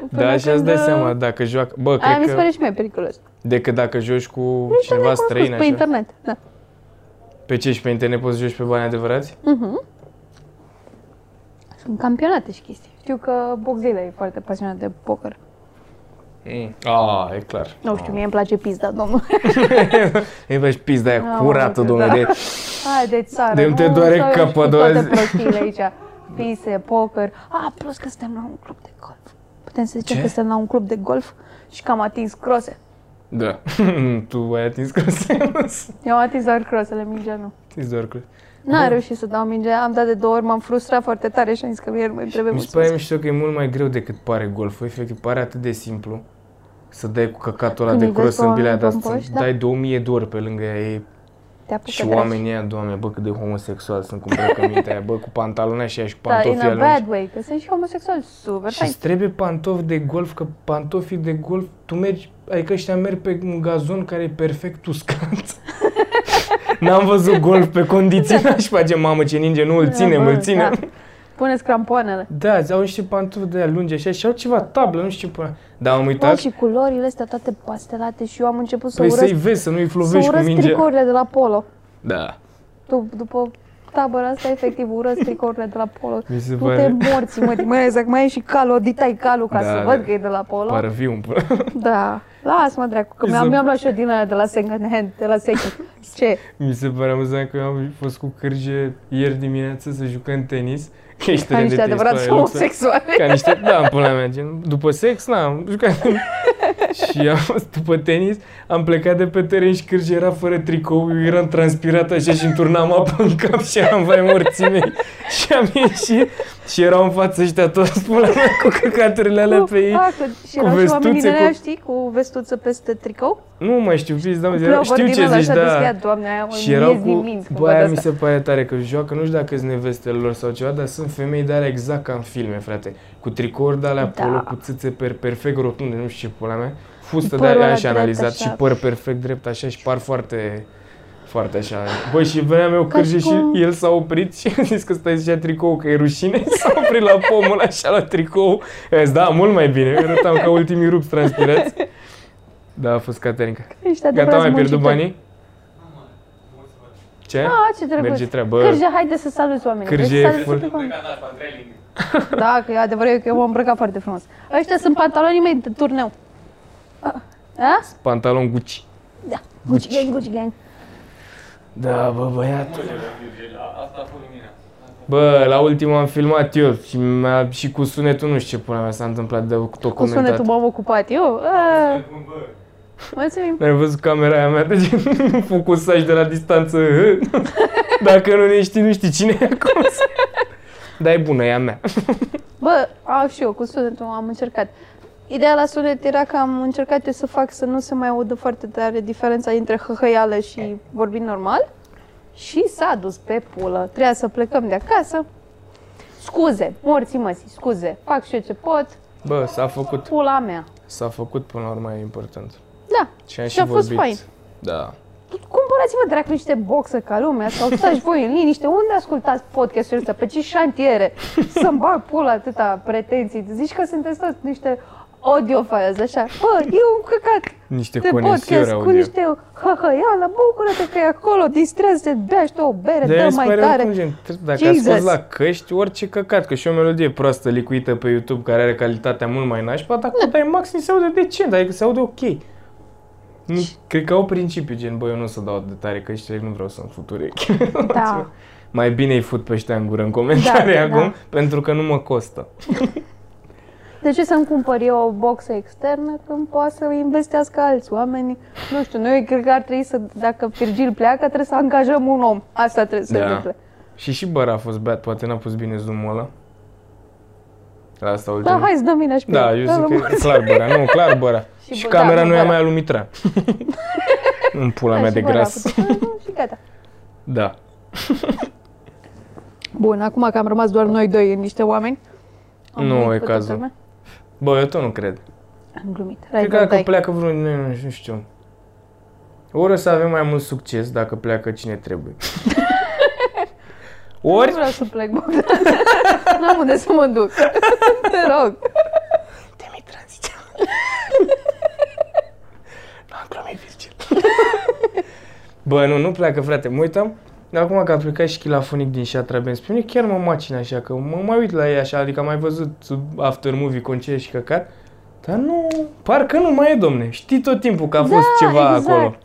Speaker 7: Da, și ați dai
Speaker 6: când, uh,
Speaker 7: seama dacă joacă... Bă,
Speaker 6: Aia mi
Speaker 7: cred
Speaker 6: se
Speaker 7: că
Speaker 6: pare și mai periculos.
Speaker 7: decât dacă joci cu
Speaker 6: Nu știu
Speaker 7: cineva
Speaker 6: dacă am
Speaker 7: străin,
Speaker 6: spus pe
Speaker 7: așa.
Speaker 6: internet. Da.
Speaker 7: Pe ce și pe internet poți să joci pe bani adevărați?
Speaker 6: Mhm. Sunt campionate și chestii. Știu că Boxila e foarte pasionat de poker.
Speaker 7: Ah, e clar.
Speaker 6: Nu știu, mie îmi place pizda, domnul.
Speaker 7: Îi faci pizda aia
Speaker 6: Am
Speaker 7: curată,
Speaker 6: auzit,
Speaker 7: domnule.
Speaker 6: da. Hai de țară.
Speaker 7: De-mi te doare
Speaker 6: stau eu
Speaker 7: capul a
Speaker 6: cu
Speaker 7: doua
Speaker 6: toate
Speaker 7: zi.
Speaker 6: prostiile aici. Pise, poker. Ah, plus că suntem la un club de golf. Putem să zicem
Speaker 7: Ce?
Speaker 6: că suntem la un club de golf și că am atins crose.
Speaker 7: Da. tu ai atins crosenul.
Speaker 6: Eu am atins doar crosele, mingea nu.
Speaker 7: Atins doar cros.
Speaker 6: N-am reușit să dau mingea, am dat de două ori, m-am frustrat foarte tare și am zis că mie nu mai trebuie
Speaker 7: Mi se pare
Speaker 6: mulțumesc.
Speaker 7: mișto că e mult mai greu decât pare golful. Efectiv, pare atât de simplu să dai cu căcatul ăla
Speaker 6: Când
Speaker 7: de
Speaker 6: îi vezi
Speaker 7: cros
Speaker 6: pe
Speaker 7: în
Speaker 6: oameni
Speaker 7: bilea, dar să
Speaker 6: pompoși, da.
Speaker 7: dai 2000 de ori pe lângă ea. E
Speaker 6: Te apucă
Speaker 7: Și
Speaker 6: dragi.
Speaker 7: oamenii aia, doamne, bă, cât de homosexual sunt cu îmbrăcămintea aia, bă, cu pantaloni așa și cu
Speaker 6: Da, in a
Speaker 7: pantofi alungi.
Speaker 6: bad way, că sunt și homosexuali super
Speaker 7: Și
Speaker 6: faini.
Speaker 7: îți trebuie pantofi de golf, că pantofii de golf, tu mergi, adică ăștia merg pe un gazon care e perfect uscat. N-am văzut golf pe condiții da. și face, mamă, ce ninge, nu îl ține,
Speaker 6: Bă,
Speaker 7: îl ține.
Speaker 6: da. Puneți crampoanele.
Speaker 7: Da, da au niște pantofi de aia lungi așa și au ceva tablă, nu știu ce până. Dar am
Speaker 6: Da,
Speaker 7: uitat,
Speaker 6: și culorile astea toate pastelate și eu am început să
Speaker 7: păi să-i
Speaker 6: urăsc,
Speaker 7: vezi, să nu-i
Speaker 6: să
Speaker 7: flovești cu
Speaker 6: urăsc
Speaker 7: mingea.
Speaker 6: tricourile de la Polo.
Speaker 7: Da.
Speaker 6: Tu, după tabăra asta, efectiv, urăsc tricourile de la Polo.
Speaker 7: Mi se
Speaker 6: Nu
Speaker 7: pare-
Speaker 6: te morți, mă, mai exact, mai e și calul, oditai calul ca
Speaker 7: Da,
Speaker 6: să
Speaker 7: da.
Speaker 6: văd că e de la Polo.
Speaker 7: Pară viu un
Speaker 6: Da, lasă-mă, dracu, că
Speaker 7: Mi
Speaker 6: mi-am,
Speaker 7: se-
Speaker 6: mi-am luat și eu din aia de la second hand, de la second. Ce?
Speaker 7: Mi se pare amuzant că eu am fost cu cârje ieri dimineață să jucăm tenis. Că ești
Speaker 6: Ca niște adevărați
Speaker 7: Ca
Speaker 6: homosexuali.
Speaker 7: niște, da, în pula mea, gen, după sex, na, am jucat. și am fost după tenis, am plecat de pe teren și cârje era fără tricou, eu eram transpirat așa și îmi turnam apă în cap și eram vai morții mei. Și am ieșit și erau în față ăștia toți, pula mea, cu căcaturile alea pe ei.
Speaker 6: Da, cu, și
Speaker 7: cu
Speaker 6: erau și oamenii
Speaker 7: vestuțe,
Speaker 6: din aia,
Speaker 7: cu-
Speaker 6: știi, cu vestuță peste tricou.
Speaker 7: Nu mai știu, fiți, da,
Speaker 6: Plovăr
Speaker 7: știu
Speaker 6: din
Speaker 7: ce
Speaker 6: ăla
Speaker 7: zici,
Speaker 6: așa
Speaker 7: da.
Speaker 6: deschiat, doamne, aia mă
Speaker 7: Și erau
Speaker 6: ies din
Speaker 7: cu...
Speaker 6: minți când
Speaker 7: Bă,
Speaker 6: văd
Speaker 7: aia mi
Speaker 6: asta.
Speaker 7: se pare tare că joacă, nu știu dacă sunt nevestele lor sau ceva, dar sunt femei de alea exact ca în filme, frate. Cu tricouri de alea
Speaker 6: Da.
Speaker 7: polo, cu țâțe per, perfect rotunde, nu știu ce pula mea. Fustă
Speaker 6: Și
Speaker 7: de
Speaker 6: părul
Speaker 7: alea
Speaker 6: ăla
Speaker 7: așa
Speaker 6: drept,
Speaker 7: analizat
Speaker 6: așa.
Speaker 7: și păr perfect drept așa și par foarte... Foarte așa. Băi, și veneam eu
Speaker 6: Ca și
Speaker 7: cârje și
Speaker 6: cum-
Speaker 7: el s-a oprit și a zis că stai și ia tricou, că e rușine. S-a oprit la pomul așa la tricou. Eu zis, da, mult mai bine. Arătam ca ultimii rupți transpirați. Da, a fost Caterinca.
Speaker 6: Niște
Speaker 7: Gata,
Speaker 6: adevărați
Speaker 7: mai pierdut
Speaker 6: muncitori.
Speaker 7: banii? Ce?
Speaker 6: A, ce drăguț.
Speaker 7: Merge treabă.
Speaker 6: Cârje, haide să saluți oamenii.
Speaker 7: Cârje
Speaker 6: Vrei
Speaker 7: e
Speaker 6: să saluți
Speaker 7: full.
Speaker 6: pe oameni? Da, că e adevărat că eu m-am îmbrăcat foarte frumos. Ăștia sunt pantalonii mei de turneu. A, a?
Speaker 7: Pantalon Gucci.
Speaker 6: Da. Gucci gang, Gucci gang.
Speaker 7: Da, bă, băiatul. Bă, la ultimul am filmat eu și, mi-a- și cu sunetul nu știu ce pula mea s-a întâmplat de tot
Speaker 6: Cu
Speaker 7: comentat.
Speaker 6: sunetul m-am ocupat eu. A. Mulțumim.
Speaker 7: Ai văzut camera aia mea de gen focusaj de la distanță. Dacă nu ne știi, nu știi cine e acolo. Dar e bună, e a mea.
Speaker 6: Bă, a, și eu, cu sunetul am încercat. Ideea la sunet era că am încercat eu să fac să nu se mai audă foarte tare diferența între hăhăială și vorbi normal. Și s-a dus pe pulă. Trebuia să plecăm de acasă. Scuze, morții măsii, scuze. Fac și eu ce pot,
Speaker 7: Bă, s-a făcut.
Speaker 6: pula mea.
Speaker 7: S-a făcut până la urmă, e important.
Speaker 6: Da,
Speaker 7: Și am și,
Speaker 6: Și a fost
Speaker 7: vorbit.
Speaker 6: fain.
Speaker 7: Da.
Speaker 6: cumpărați-vă dracu niște boxe ca lumea sau stați voi în liniște. Unde ascultați podcastul ăsta? Pe ce șantiere? Să-mi bag pula atâta pretenții. Zici că sunteți toți niște audio files, așa. Bă, e un căcat
Speaker 7: Niște
Speaker 6: de
Speaker 7: conesiori
Speaker 6: podcast cu
Speaker 7: audio.
Speaker 6: niște hăhăială, bucură-te că e acolo, distrează-te, bea și tu o bere,
Speaker 7: Dar
Speaker 6: dă
Speaker 7: mi se
Speaker 6: mai
Speaker 7: pare oricum
Speaker 6: tare.
Speaker 7: gen, tre- dacă
Speaker 6: Jesus.
Speaker 7: asculti la căști, orice căcat, că și o melodie proastă licuită pe YouTube care are calitatea mult mai nașpa, dar cu dai maxim se aude decent, adică se aude ok. Nu, cred că au principiu, gen, băi, eu nu o să dau de tare căștile, nu vreau să-mi fut urechi.
Speaker 6: Da.
Speaker 7: Mai bine îi fut pe ăștia în gură în comentarii
Speaker 6: Da, da,
Speaker 7: acum,
Speaker 6: da.
Speaker 7: pentru că nu mă costă.
Speaker 6: De ce să-mi cumpăr eu o boxă externă când poate să investească alți oameni? Nu știu, noi cred că ar trebui să, dacă Virgil pleacă, trebuie să angajăm un om. Asta trebuie să se
Speaker 7: Da.
Speaker 6: întâmple.
Speaker 7: Și și băra a fost beat, poate n-a pus bine zoom-ul ăla. La asta
Speaker 6: Da,
Speaker 7: ultimul.
Speaker 6: hai să dăm vina și pe
Speaker 7: Da,
Speaker 6: el.
Speaker 7: eu
Speaker 6: Îl
Speaker 7: zic că e
Speaker 6: omorâți.
Speaker 7: clar băra, nu, clar băra.
Speaker 6: Și
Speaker 7: și,
Speaker 6: bă- da,
Speaker 7: camera
Speaker 6: bă,
Speaker 7: nu e
Speaker 6: Băra.
Speaker 7: mai alumitra. În pula
Speaker 6: Da,
Speaker 7: mea
Speaker 6: și
Speaker 7: de
Speaker 6: bă,
Speaker 7: gras.
Speaker 6: da, putem- Și gata.
Speaker 7: Da.
Speaker 6: Bun, acum că am rămas doar noi doi niște oameni. am
Speaker 7: Nu
Speaker 6: glumit
Speaker 7: e
Speaker 6: cu toată
Speaker 7: cazul.
Speaker 6: lumea.
Speaker 7: Bă, eu tot nu cred.
Speaker 6: Am glumit.
Speaker 7: Cred
Speaker 6: Rai,
Speaker 7: că dacă
Speaker 6: dai.
Speaker 7: pleacă vreun, nu, nu știu. Ori o să avem mai mult succes dacă pleacă cine trebuie. Ori
Speaker 6: Nu vreau să plec, Bogdan. N-am unde să mă duc. Te rog.
Speaker 7: Bă, nu, nu pleacă, frate. Mă uitam, dar acum că a plecat și chilafonic din șatra Benz, pe mine chiar mă macină așa, că mă mai uit la ei așa, adică am mai văzut sub after movie concert și căcat, dar nu, parcă nu mai e, domne. Știi tot timpul că a fost
Speaker 6: Da,
Speaker 7: ceva
Speaker 6: exact.
Speaker 7: acolo.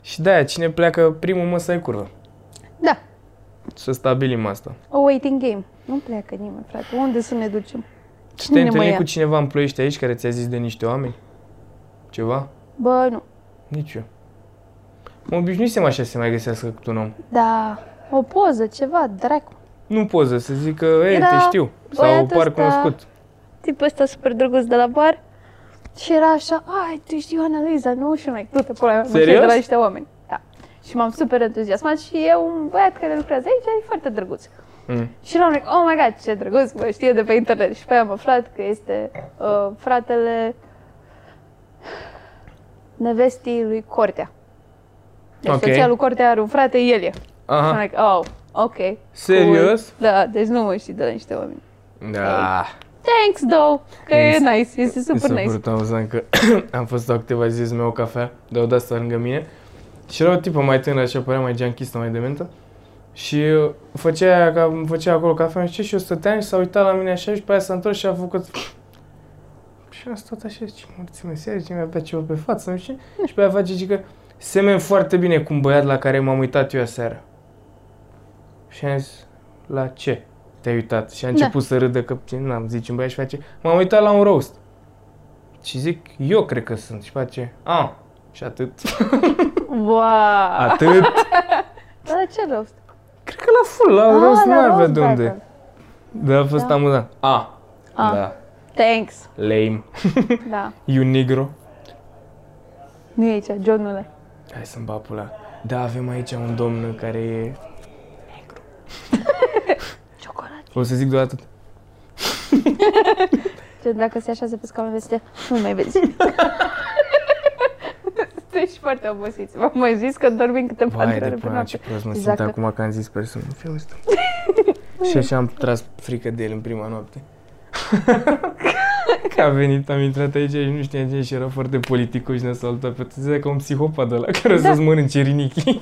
Speaker 7: Și de-aia, cine pleacă primul, mă, să ai curvă.
Speaker 6: Da,
Speaker 7: Să stabilim asta.
Speaker 6: a waiting game. Nu pleacă nimeni, frate. Unde să ne ducem?
Speaker 7: Și
Speaker 6: Cine
Speaker 7: te-ai
Speaker 6: mă
Speaker 7: întâlnit
Speaker 6: ia?
Speaker 7: cu cineva în ploiești aici care ți-a zis de niște oameni? Ceva?
Speaker 6: Bă, nu.
Speaker 7: Nici eu. Mă obișnuisem așa să mai găsească cât un om.
Speaker 6: Da, o poză, ceva, dracu.
Speaker 7: Nu poză să zic că, ei,
Speaker 6: Era
Speaker 7: te știu. Sau
Speaker 6: băiatul
Speaker 7: par
Speaker 6: ăsta-
Speaker 7: cunoscut.
Speaker 6: Tipul ăsta super drăguț de la bar. Și era așa, ai, tu știi analiza, nu? Și mai du-te pula mea, mă știi
Speaker 7: Serios?
Speaker 6: de la niște oameni. Da. Și m-am super entuziasmat și e un băiat care lucrează aici, e foarte drăguț.
Speaker 7: Mm.
Speaker 6: Și eram like, oh my god, ce drăguț, mă știe de pe internet. Și pe aia am aflat că este uh, fratele nevestii lui Cortea. Deci
Speaker 7: Ok.
Speaker 6: soția lui Cortea are un frate, el e. Și am
Speaker 7: Aha.
Speaker 6: like, oh, ok. cool.
Speaker 7: Serios?
Speaker 6: Da, deci nu mă știi de la niște oameni.
Speaker 7: Da.
Speaker 6: Thanks, though, că
Speaker 7: Mi
Speaker 6: e
Speaker 7: s-
Speaker 6: nice, este
Speaker 7: Mi
Speaker 6: super
Speaker 7: s-a
Speaker 6: nice.
Speaker 7: părut amuzant că am fost la câteva zile să-mi iau o cafea, dar o de asta lângă mine. Și era o tipă mai tânără, așa părea mai geanchistă, mai dementă. Și uh, făcea, aia ca, îmi făcea acolo cafea, nu știu ce, și eu stăteam și s-a uitat la mine așa și pe aia s-a întors și a făcut... Și a stat așa, ce mulțumesc, iar ce mi-a bea ceva pe față, nu știu ce. Și pe aia face, zice că semen foarte bine cu un băiat la care m-am uitat eu aseară. Și am zis, la ce te-ai uitat? Și a început să râdă că, ce, n-am zis, un băiat și face, m-am uitat la un roast. Și zic, eu cred că sunt. Și face, a, și atât.
Speaker 6: Wow!
Speaker 7: Atât?
Speaker 6: Dar ce rost?
Speaker 7: cred că la full, la
Speaker 6: Ah,
Speaker 7: rost
Speaker 6: la
Speaker 7: nu avea
Speaker 6: roast
Speaker 7: de unde.
Speaker 6: battle.
Speaker 7: Dar a fost
Speaker 6: Da.
Speaker 7: amuzant. A,
Speaker 6: A.
Speaker 7: da,
Speaker 6: Ah, Thanks,
Speaker 7: lame,
Speaker 6: da.
Speaker 7: you negro.
Speaker 6: Nu e aici, Johnule.
Speaker 7: Hai să-mi bag pula. Da, avem aici un domn care e... Negru.
Speaker 6: Ciocolată.
Speaker 7: O să zic doar atât.
Speaker 6: Gen, dacă se așează pe scaun, vezi, nu mai vezi. Sunteți foarte obosiți. V-am mai zis că dormim câte
Speaker 7: Vai
Speaker 6: patru
Speaker 7: de
Speaker 6: ore pe
Speaker 7: până
Speaker 6: noapte.
Speaker 7: ce prost mă
Speaker 6: Exact
Speaker 7: simt
Speaker 6: că-
Speaker 7: acum că am zis persoană. Fii ăsta. Și așa am tras frică de el în prima noapte. Că a venit, am intrat aici și nu știa ce și era foarte politicos și ne-a salutat pe toți. Era ca un psihopat de la care o să-ți mănânce rinichii.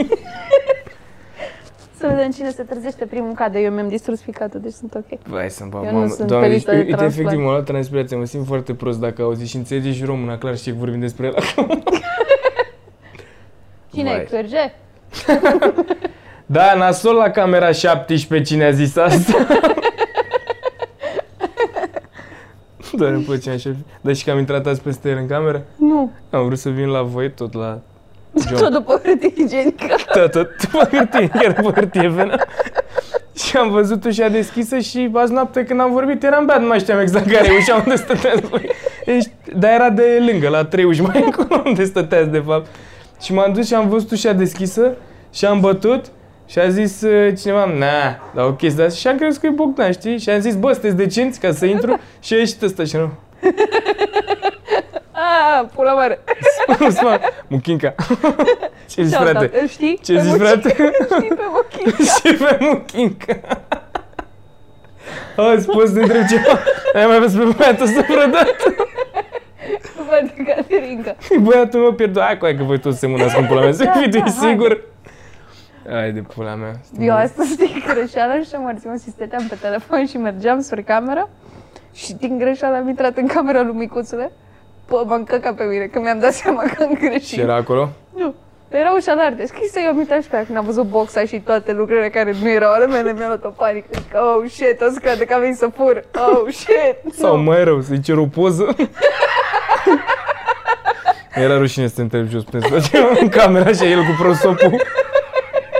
Speaker 6: Să vedem cine se trezește primul în cadă. Eu mi-am distrus ficatul, deci sunt ok.
Speaker 7: Vai să-mi fac,
Speaker 6: Eu nu
Speaker 7: mamă,
Speaker 6: sunt
Speaker 7: doamne,
Speaker 6: pe
Speaker 7: deci,
Speaker 6: listă de
Speaker 7: uite,
Speaker 6: transplant.
Speaker 7: efectiv, mă luat transpirația, mă simt foarte prost dacă auzi și înțelegi și româna, clar știi că vorbim despre el acum.
Speaker 6: Cine e?
Speaker 7: Vai.
Speaker 6: Cârge?
Speaker 7: Da, nasol la camera 17 cine a zis asta. Doar îmi place așa. Dar și că am intrat azi peste el în cameră,
Speaker 6: Nu.
Speaker 7: am vrut să vin la voi tot la...
Speaker 6: Tot după hârtie igienică.
Speaker 7: Tot, tot, pe hârtie, chiar pe hârtie venea. Și am văzut ușa deschisă și azi noapte când am vorbit eram beat, nu mai știam exact care e ușa unde stăteați voi. Deci, dar era de lângă, la trei uși mai acolo unde stăteați de fapt. Și m-am dus și am văzut ușa deschisă și am bătut și a zis uh, cineva, na, dar o chestie de asta. Și am crezut că e Bogdan, știi? Și am zis, bă, sunteți decenți ca să intru? Și a ieșit ăsta și nu.
Speaker 6: Ah, pula mare.
Speaker 7: Muchinca. Ce zici,
Speaker 6: Shout out.
Speaker 7: frate?
Speaker 6: Îl știi?
Speaker 7: Ce
Speaker 6: Pe
Speaker 7: zici,
Speaker 6: Muchin.
Speaker 7: frate?
Speaker 6: Îl știi pe Muchin.
Speaker 7: Și pe muchincă. Azi, poți să te întreb ceva? Ai mai văzut pe băiatul ăsta vreodată?
Speaker 6: departe, Caterinca.
Speaker 7: Băiatul meu pierdut. Hai cu aia că voi toți semănați cu pula mea. Să
Speaker 6: Da,
Speaker 7: fii
Speaker 6: da,
Speaker 7: tu
Speaker 6: hai.
Speaker 7: sigur. Hai de pula mea. Stai
Speaker 6: Eu
Speaker 7: mă-
Speaker 6: asta știi greșeala și am mărțit și stăteam pe telefon și mergeam spre cameră și din greșeală am intrat în camera lui micuțule. Bă, m-am căcat pe mine, că mi-am dat seama că am greșit.
Speaker 7: Și era acolo?
Speaker 6: Nu. Era ușa largă deschisă, eu am intrat și pe aia când am văzut boxa și toate lucrurile care nu erau ale mele, mi-a luat o panică. Zic, oh shit, o să crede că am venit să fur. Oh shit.
Speaker 7: Sau
Speaker 6: nu.
Speaker 7: mai rău, să-i cer o poză? Era rușine să te întrebi jos prin spate în camera și el cu prosopul.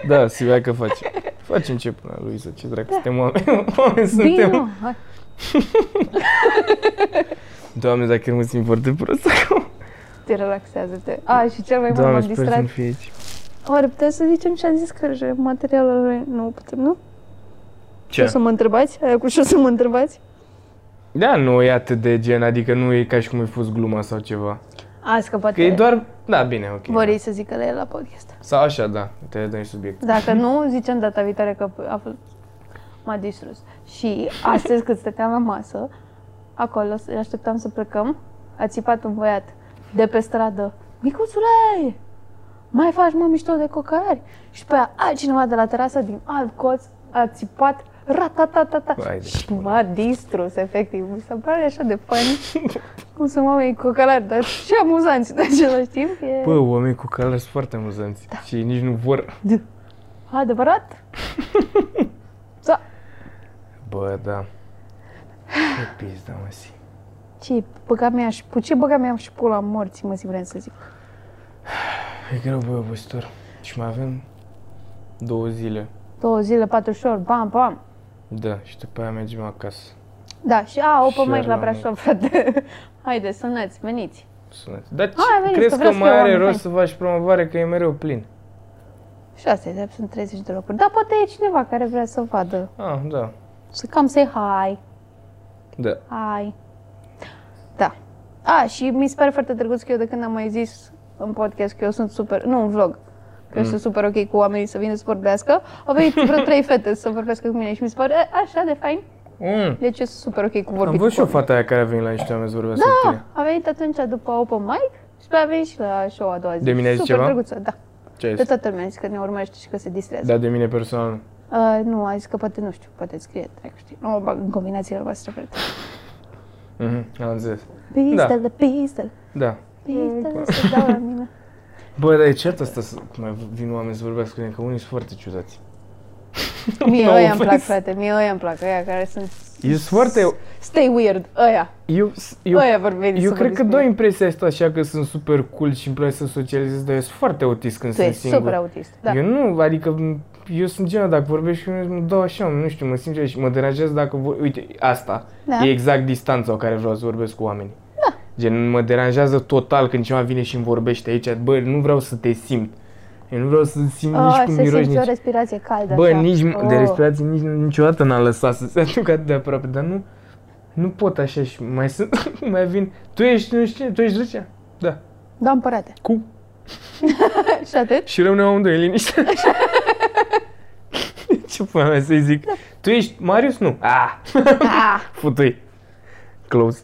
Speaker 7: Da, Silvia, că faci. Facem ce până la Luisa, ce dracu, suntem oameni, oameni
Speaker 6: Da. Bine,
Speaker 7: suntem.
Speaker 6: mă, hai.
Speaker 7: Doamne, dacă nu mă simt foarte prost acum.
Speaker 6: Te relaxează-te. A, și cel mai mult
Speaker 7: Doamne,
Speaker 6: m-am
Speaker 7: sper să
Speaker 6: distrat.
Speaker 7: nu fie aici.
Speaker 6: Oare puteți să zicem ce am zis că materialul lui nu putem, nu? Ce? O să mă întrebați? Aia cu ce o să mă întrebați?
Speaker 7: Da, nu e atât de gen, adică nu e ca și cum ai fost gluma sau ceva.
Speaker 6: Azi că poate
Speaker 7: Că e doar, da, bine, ok.
Speaker 6: vor ei să zică la el la podcast.
Speaker 7: Sau așa, da, te dai subiect.
Speaker 6: Dacă nu, zicem data viitoare că a fost... m-a distrus. Și astăzi când stăteam la masă, acolo s- așteptam să plecăm, a țipat un băiat de pe stradă. Micuțule, mai faci mă mișto de cocărari? Și pe aia altcineva de la terasa din alt colț a țipat ratatatata
Speaker 7: Vai de
Speaker 6: și m-a distrus, efectiv. Mi se pare așa de funny cum sunt oamenii cocărari, dar și amuzanți în același timp. E...
Speaker 7: Bă, oameni cu calare sunt foarte amuzanți
Speaker 6: Da.
Speaker 7: și nici nu vor.
Speaker 6: Adevărat? da.
Speaker 7: Bă, da. Ce pizda, mă, si.
Speaker 6: Ce băga mea și pu- ce băga mea și pula morții, mă zic, vreau să zic.
Speaker 7: E greu, băi, obositor. Și mai avem două zile.
Speaker 6: Două zile, patru ori, bam, bam.
Speaker 7: Da, și după aia mergem acasă.
Speaker 6: Da, și a, open
Speaker 7: Și
Speaker 6: mic la
Speaker 7: la
Speaker 6: Brașov, frate. Haide, sunați, veniți.
Speaker 7: Sunați. Dar ce,
Speaker 6: Hai, veniți, că
Speaker 7: crezi că
Speaker 6: vreau să
Speaker 7: mai
Speaker 6: fiu
Speaker 7: are
Speaker 6: oameni,
Speaker 7: rost să
Speaker 6: hai.
Speaker 7: faci promovare că e mereu plin?
Speaker 6: Și asta e, sunt 30 de locuri. Dar poate e cineva care vrea să vadă.
Speaker 7: Ah, da.
Speaker 6: Să cam să hai,
Speaker 7: Da.
Speaker 6: hai. Da. A, și mi se pare foarte drăguț că eu de când am mai zis în podcast că eu sunt super, nu în vlog, că mm. sunt super ok cu oamenii să vină să vorbească, au venit vreo trei fete să vorbească cu mine și mi se pare e, așa de fain.
Speaker 7: Mm.
Speaker 6: Deci eu sunt super ok cu vorbit
Speaker 7: Am
Speaker 6: cu
Speaker 7: văzut și o
Speaker 6: oamenii.
Speaker 7: fata aia care a venit la niște oameni să vorbească cu
Speaker 6: Da,
Speaker 7: tine.
Speaker 6: a venit atunci după open mic și pe a venit și la show a doua zi.
Speaker 7: De mine ai zis
Speaker 6: Super
Speaker 7: ceva?
Speaker 6: drăguță, da.
Speaker 7: Ce ai
Speaker 6: De
Speaker 7: zis?
Speaker 6: toată lumea a zis că ne urmărește și că se distrează.
Speaker 7: Da, de mine personal.
Speaker 6: Uh, nu, a zis că poate, nu știu, poate scrie, trec, știi. Nu mă bag în combinațiile voastre, frate.
Speaker 7: Mhm, am înțeles.
Speaker 6: Pistele, pistele,
Speaker 7: Da.
Speaker 6: pistele, se dau la mine.
Speaker 7: Bă, dar e cert asta să cum mai vin oameni să vorbească cu tine, că unii sunt foarte ciudați.
Speaker 6: Mie
Speaker 7: No
Speaker 6: ăia îmi plac,
Speaker 7: offense.
Speaker 6: frate, mie ăia îmi plac, ăia care sunt...
Speaker 7: E foarte...
Speaker 6: Stay weird, ăia,
Speaker 7: Eu, eu,
Speaker 6: ăia vor veni
Speaker 7: eu
Speaker 6: să
Speaker 7: cred
Speaker 6: vorbească
Speaker 7: că dau
Speaker 6: cu mine.
Speaker 7: impresia asta așa că sunt super cool și îmi place să socializez, dar eu sunt foarte autist când
Speaker 6: Tu
Speaker 7: sunt
Speaker 6: ești
Speaker 7: singur.
Speaker 6: super autist, da.
Speaker 7: Eu nu, adică m- eu sunt genul, dacă vorbești cu mine, mă dau așa, nu știu, mă simt așa și mă deranjează dacă, vor... uite, asta,
Speaker 6: Da.
Speaker 7: e exact distanța o care vreau să vorbesc cu oamenii. Da. Gen, mă deranjează total când cineva vine și îmi vorbește aici, bă, nu vreau să te simt. Eu nu vreau să simt nici
Speaker 6: Ah,
Speaker 7: cum
Speaker 6: să
Speaker 7: miroși,
Speaker 6: simți o
Speaker 7: nici...
Speaker 6: respirație caldă,
Speaker 7: Bă,
Speaker 6: așa.
Speaker 7: nici
Speaker 6: Oh.
Speaker 7: de respirație nici, niciodată n-am lăsat să se aducă atât de aproape, dar nu, nu pot așa și mai sunt, mai vin. Tu ești, nu știu, cine, tu ești Lucia? Da.
Speaker 6: Da, împărate.
Speaker 7: Cu?
Speaker 6: Și atât?
Speaker 7: Și rămânem amândoi în liniște. Ce până mea să-i zic? Tu ești Marius? Nu. Ah,
Speaker 6: Ah!
Speaker 7: futui. Close.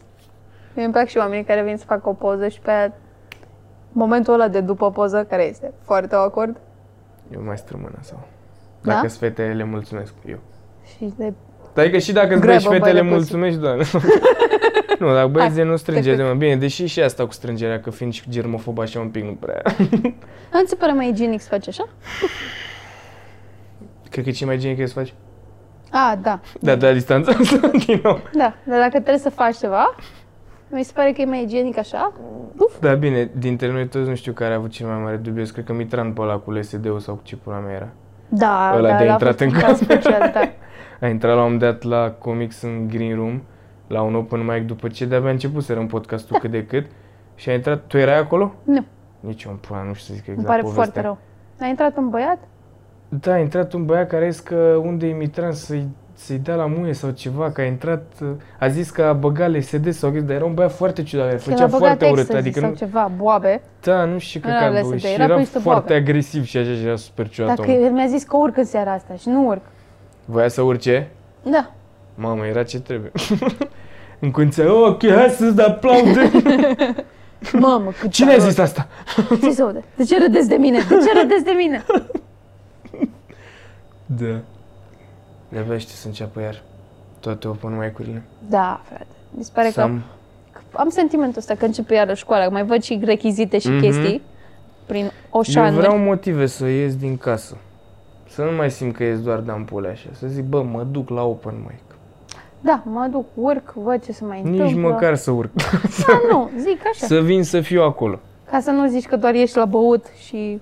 Speaker 6: Mie îmi plac și oamenii care vin să facă o poză și pe aia momentul ăla de după poză, care este foarte awkward
Speaker 7: Eu mai strămână sau...
Speaker 6: Da?
Speaker 7: Dacă sunt fetele, le mulțumesc eu.
Speaker 6: și de...
Speaker 7: Dar adică și dacă îți
Speaker 6: Grabă,
Speaker 7: băieți
Speaker 6: băi,
Speaker 7: fetele,
Speaker 6: de pussy.
Speaker 7: mulțumesc, doamne. nu, dacă băieți de nu strânge
Speaker 6: trecut.
Speaker 7: de mă bine, deși și asta cu strângerea, că fiind și germofob așa un pic nu prea.
Speaker 6: Nu ți se pare mai igienic să faci așa?
Speaker 7: Cred că e cel mai genic e să faci.
Speaker 6: A, da,
Speaker 7: Da, da, distanța asta din nou.
Speaker 6: da, dar dacă trebuie să faci ceva, mi se pare că e mai igienic așa. Uf,
Speaker 7: Da, bine, dintre noi toți nu știu care a avut cel mai mare dubios. Cred că Mitran pe ăla cu LSD-ul sau cu ce pula mea era.
Speaker 6: da,
Speaker 7: Ăla
Speaker 6: da,
Speaker 7: de
Speaker 6: ăla a
Speaker 7: intrat
Speaker 6: fost
Speaker 7: în
Speaker 6: un caz
Speaker 7: cameră.
Speaker 6: special, da.
Speaker 7: A intrat la un moment dat la Comics în Green Room, la un open mic după ce de-abia început să în podcastul cât de cât. Și a intrat, tu erai acolo?
Speaker 6: Da. Nu,
Speaker 7: Nici eu, în pula, nu știu să zic exact
Speaker 6: îmi pare
Speaker 7: povestea.
Speaker 6: foarte rău. A intrat un băiat?
Speaker 7: Da, a intrat un băiat care a zis că unde e Mitran să-i, să-i dea la muie sau ceva, că a intrat, uh, a zis că a băgat LSD sau chestii, dar era un băiat foarte ciudat, care
Speaker 6: Că l-a
Speaker 7: făcea
Speaker 6: băgat
Speaker 7: foarte urât,
Speaker 6: ecstasy
Speaker 7: adică
Speaker 6: sau
Speaker 7: nu,
Speaker 6: ceva, boabe.
Speaker 7: da, nu știu că
Speaker 6: Era
Speaker 7: era,
Speaker 6: LSD,
Speaker 7: și
Speaker 6: era
Speaker 7: era
Speaker 6: pus să
Speaker 7: foarte
Speaker 6: boabe.
Speaker 7: agresiv și așa și era super ciudat
Speaker 6: Dacă
Speaker 7: omul.
Speaker 6: el mi-a zis că urc în seara asta și nu urc.
Speaker 7: Voia să urce?
Speaker 6: Da,
Speaker 7: Mamă, era ce trebuie. În conțea, ok, hai să-ți aplaude.
Speaker 6: Mamă, cât
Speaker 7: Cine a zis asta?
Speaker 6: Ce se aude? De ce râdeți de mine? De ce râdeți de mine?
Speaker 7: Da. De-abia știu să înceapă iar toate open
Speaker 6: Da, frate. Mi se pare
Speaker 7: mic
Speaker 6: că am, am sentimentul ăsta că începe iară școala, că mai văd și rechizite și
Speaker 7: Mhm.
Speaker 6: chestii prin
Speaker 7: Eu
Speaker 6: oșanuri.
Speaker 7: vreau motive să ies din casă. Să nu mai simt că ies doar de ampule așa. Să zic, bă, mă duc la open mic.
Speaker 6: Da, mă duc, urc, văd ce se mai întâmplă.
Speaker 7: Nici măcar să urc.
Speaker 6: Da, nu, zic așa.
Speaker 7: să vin să fiu acolo.
Speaker 6: Ca să nu zici că doar ieși la băut și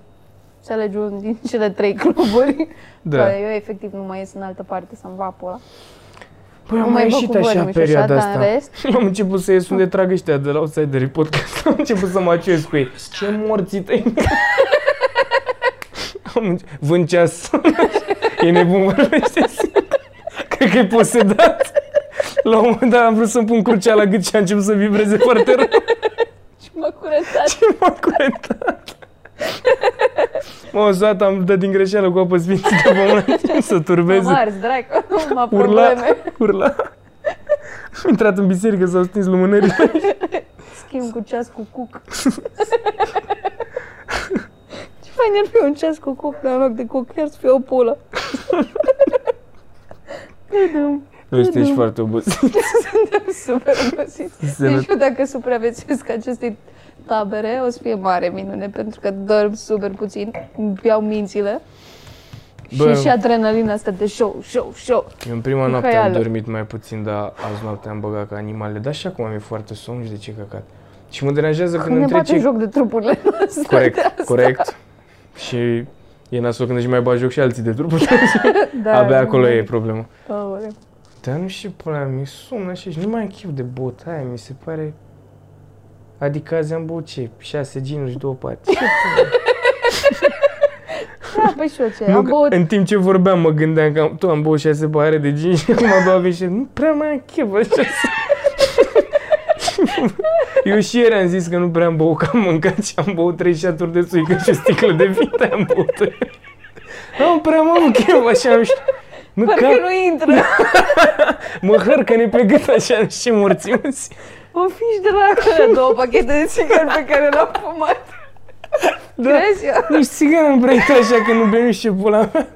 Speaker 6: să alegi unul din cele trei cluburi.
Speaker 7: Da.
Speaker 6: Bă, eu efectiv nu mai ies în altă parte să-mi va pula.
Speaker 7: Păi
Speaker 6: Nu
Speaker 7: am
Speaker 6: mai
Speaker 7: mai
Speaker 6: văd
Speaker 7: ieșit
Speaker 6: cu
Speaker 7: așa
Speaker 6: vărmi și
Speaker 7: perioada
Speaker 6: așa, dar în
Speaker 7: asta.
Speaker 6: rest-
Speaker 7: Am început să ies unde trag ăștia de la Outsiderii Podcast. Am început să mă aciuiesc cu ei. Ce morții tăi. Am înce- Vând ceas. e nebun vorbește singur. Cred că e posedat. La un moment dat am vrut să-mi pun curcea la gât și a început să vibreze foarte rău.
Speaker 6: Și m-a curățat.
Speaker 7: Ce m-a curentat? M-a uzat, am dat din greșeală cu apă sfințită pe mână să turbeze.
Speaker 6: M-a ars, dracu. M-a
Speaker 7: Urla,
Speaker 6: probleme.
Speaker 7: urla. Am intrat în biserică, s-au stins lumânările.
Speaker 6: Schimb cu ceas cu cuc. Ce fain ar fi un ceas cu cuc, dar în loc de cuc chiar să fie o pulă. Tudum.
Speaker 7: Nu știu, ești foarte obosit.
Speaker 6: Suntem super obosiți.
Speaker 7: Sănăt-
Speaker 6: Deci eu dacă supraviețuiesc acestei tabere, o să fie mare minune, pentru că dorm super puțin, îmi iau mințile.
Speaker 7: Bă.
Speaker 6: Și și adrenalina asta de show, show, show.
Speaker 7: Eu în prima noapte am
Speaker 6: Haială.
Speaker 7: dormit mai puțin, dar azi noapte am băgat ca animale. Dar și acum mi-e foarte somn și de ce căcat. Și mă deranjează când,
Speaker 6: Când ne
Speaker 7: îmi
Speaker 6: bate Da.
Speaker 7: trece...
Speaker 6: joc de trupurile noastre. de
Speaker 7: Corect,
Speaker 6: asta.
Speaker 7: corect. Și e nasol când își mai bagi joc și alții de trupul.
Speaker 6: Da,
Speaker 7: Abia acolo
Speaker 6: da.
Speaker 7: e problema.
Speaker 6: Aoleu.
Speaker 7: Dar nu știu, până la mi somn așa și nu mai am chef de băut aia, mi se pare... Adică azi am băut ce? Șase ginuri și două pate.
Speaker 6: Da, păi și eu ce,
Speaker 7: Nu,
Speaker 6: am
Speaker 7: că
Speaker 6: băut
Speaker 7: În timp ce vorbeam, mă gândeam că am- tu am băut șase pahare de gin și acum a doua vin și nu prea mai am chef așa să... Eu și ieri am zis că nu prea am băut, că am mâncat și am băut trei șaturi de țuică și o sticlă de vin, dar am băut. Nu prea mă am chef, așa nu știu. Mă,
Speaker 6: Parcă
Speaker 7: cap,
Speaker 6: nu intră.
Speaker 7: mă hărcă-ne pe gât așa, nu știu ce morțiuți.
Speaker 6: O fiș de la acolo, două pachete de țigări pe care le-am fumat.
Speaker 7: Da.
Speaker 6: Crezi eu?
Speaker 7: Nici țigară nu prea intră așa că nu bem și ce pula mea.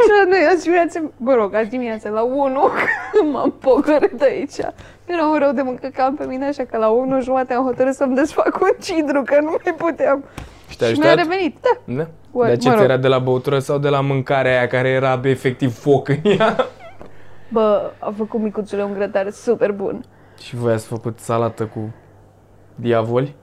Speaker 6: Și noi azi dimineață, mă rog, azi dimineață la 1 m-am pogorât aici. Era un rău de mâncă cam pe mine, așa că la 1 jumate am hotărât să-mi desfac un cidru, că nu mai puteam.
Speaker 7: Și
Speaker 6: Și mi-a revenit, da.
Speaker 7: Da?
Speaker 6: Ua-
Speaker 7: Dar ce
Speaker 6: mă
Speaker 7: ți
Speaker 6: rog.
Speaker 7: era de la băutură sau de la mâncarea aia care era efectiv foc în ea?
Speaker 6: Bă, a făcut micuțule un grătar super bun.
Speaker 7: Și voi ați făcut salată cu diavoli?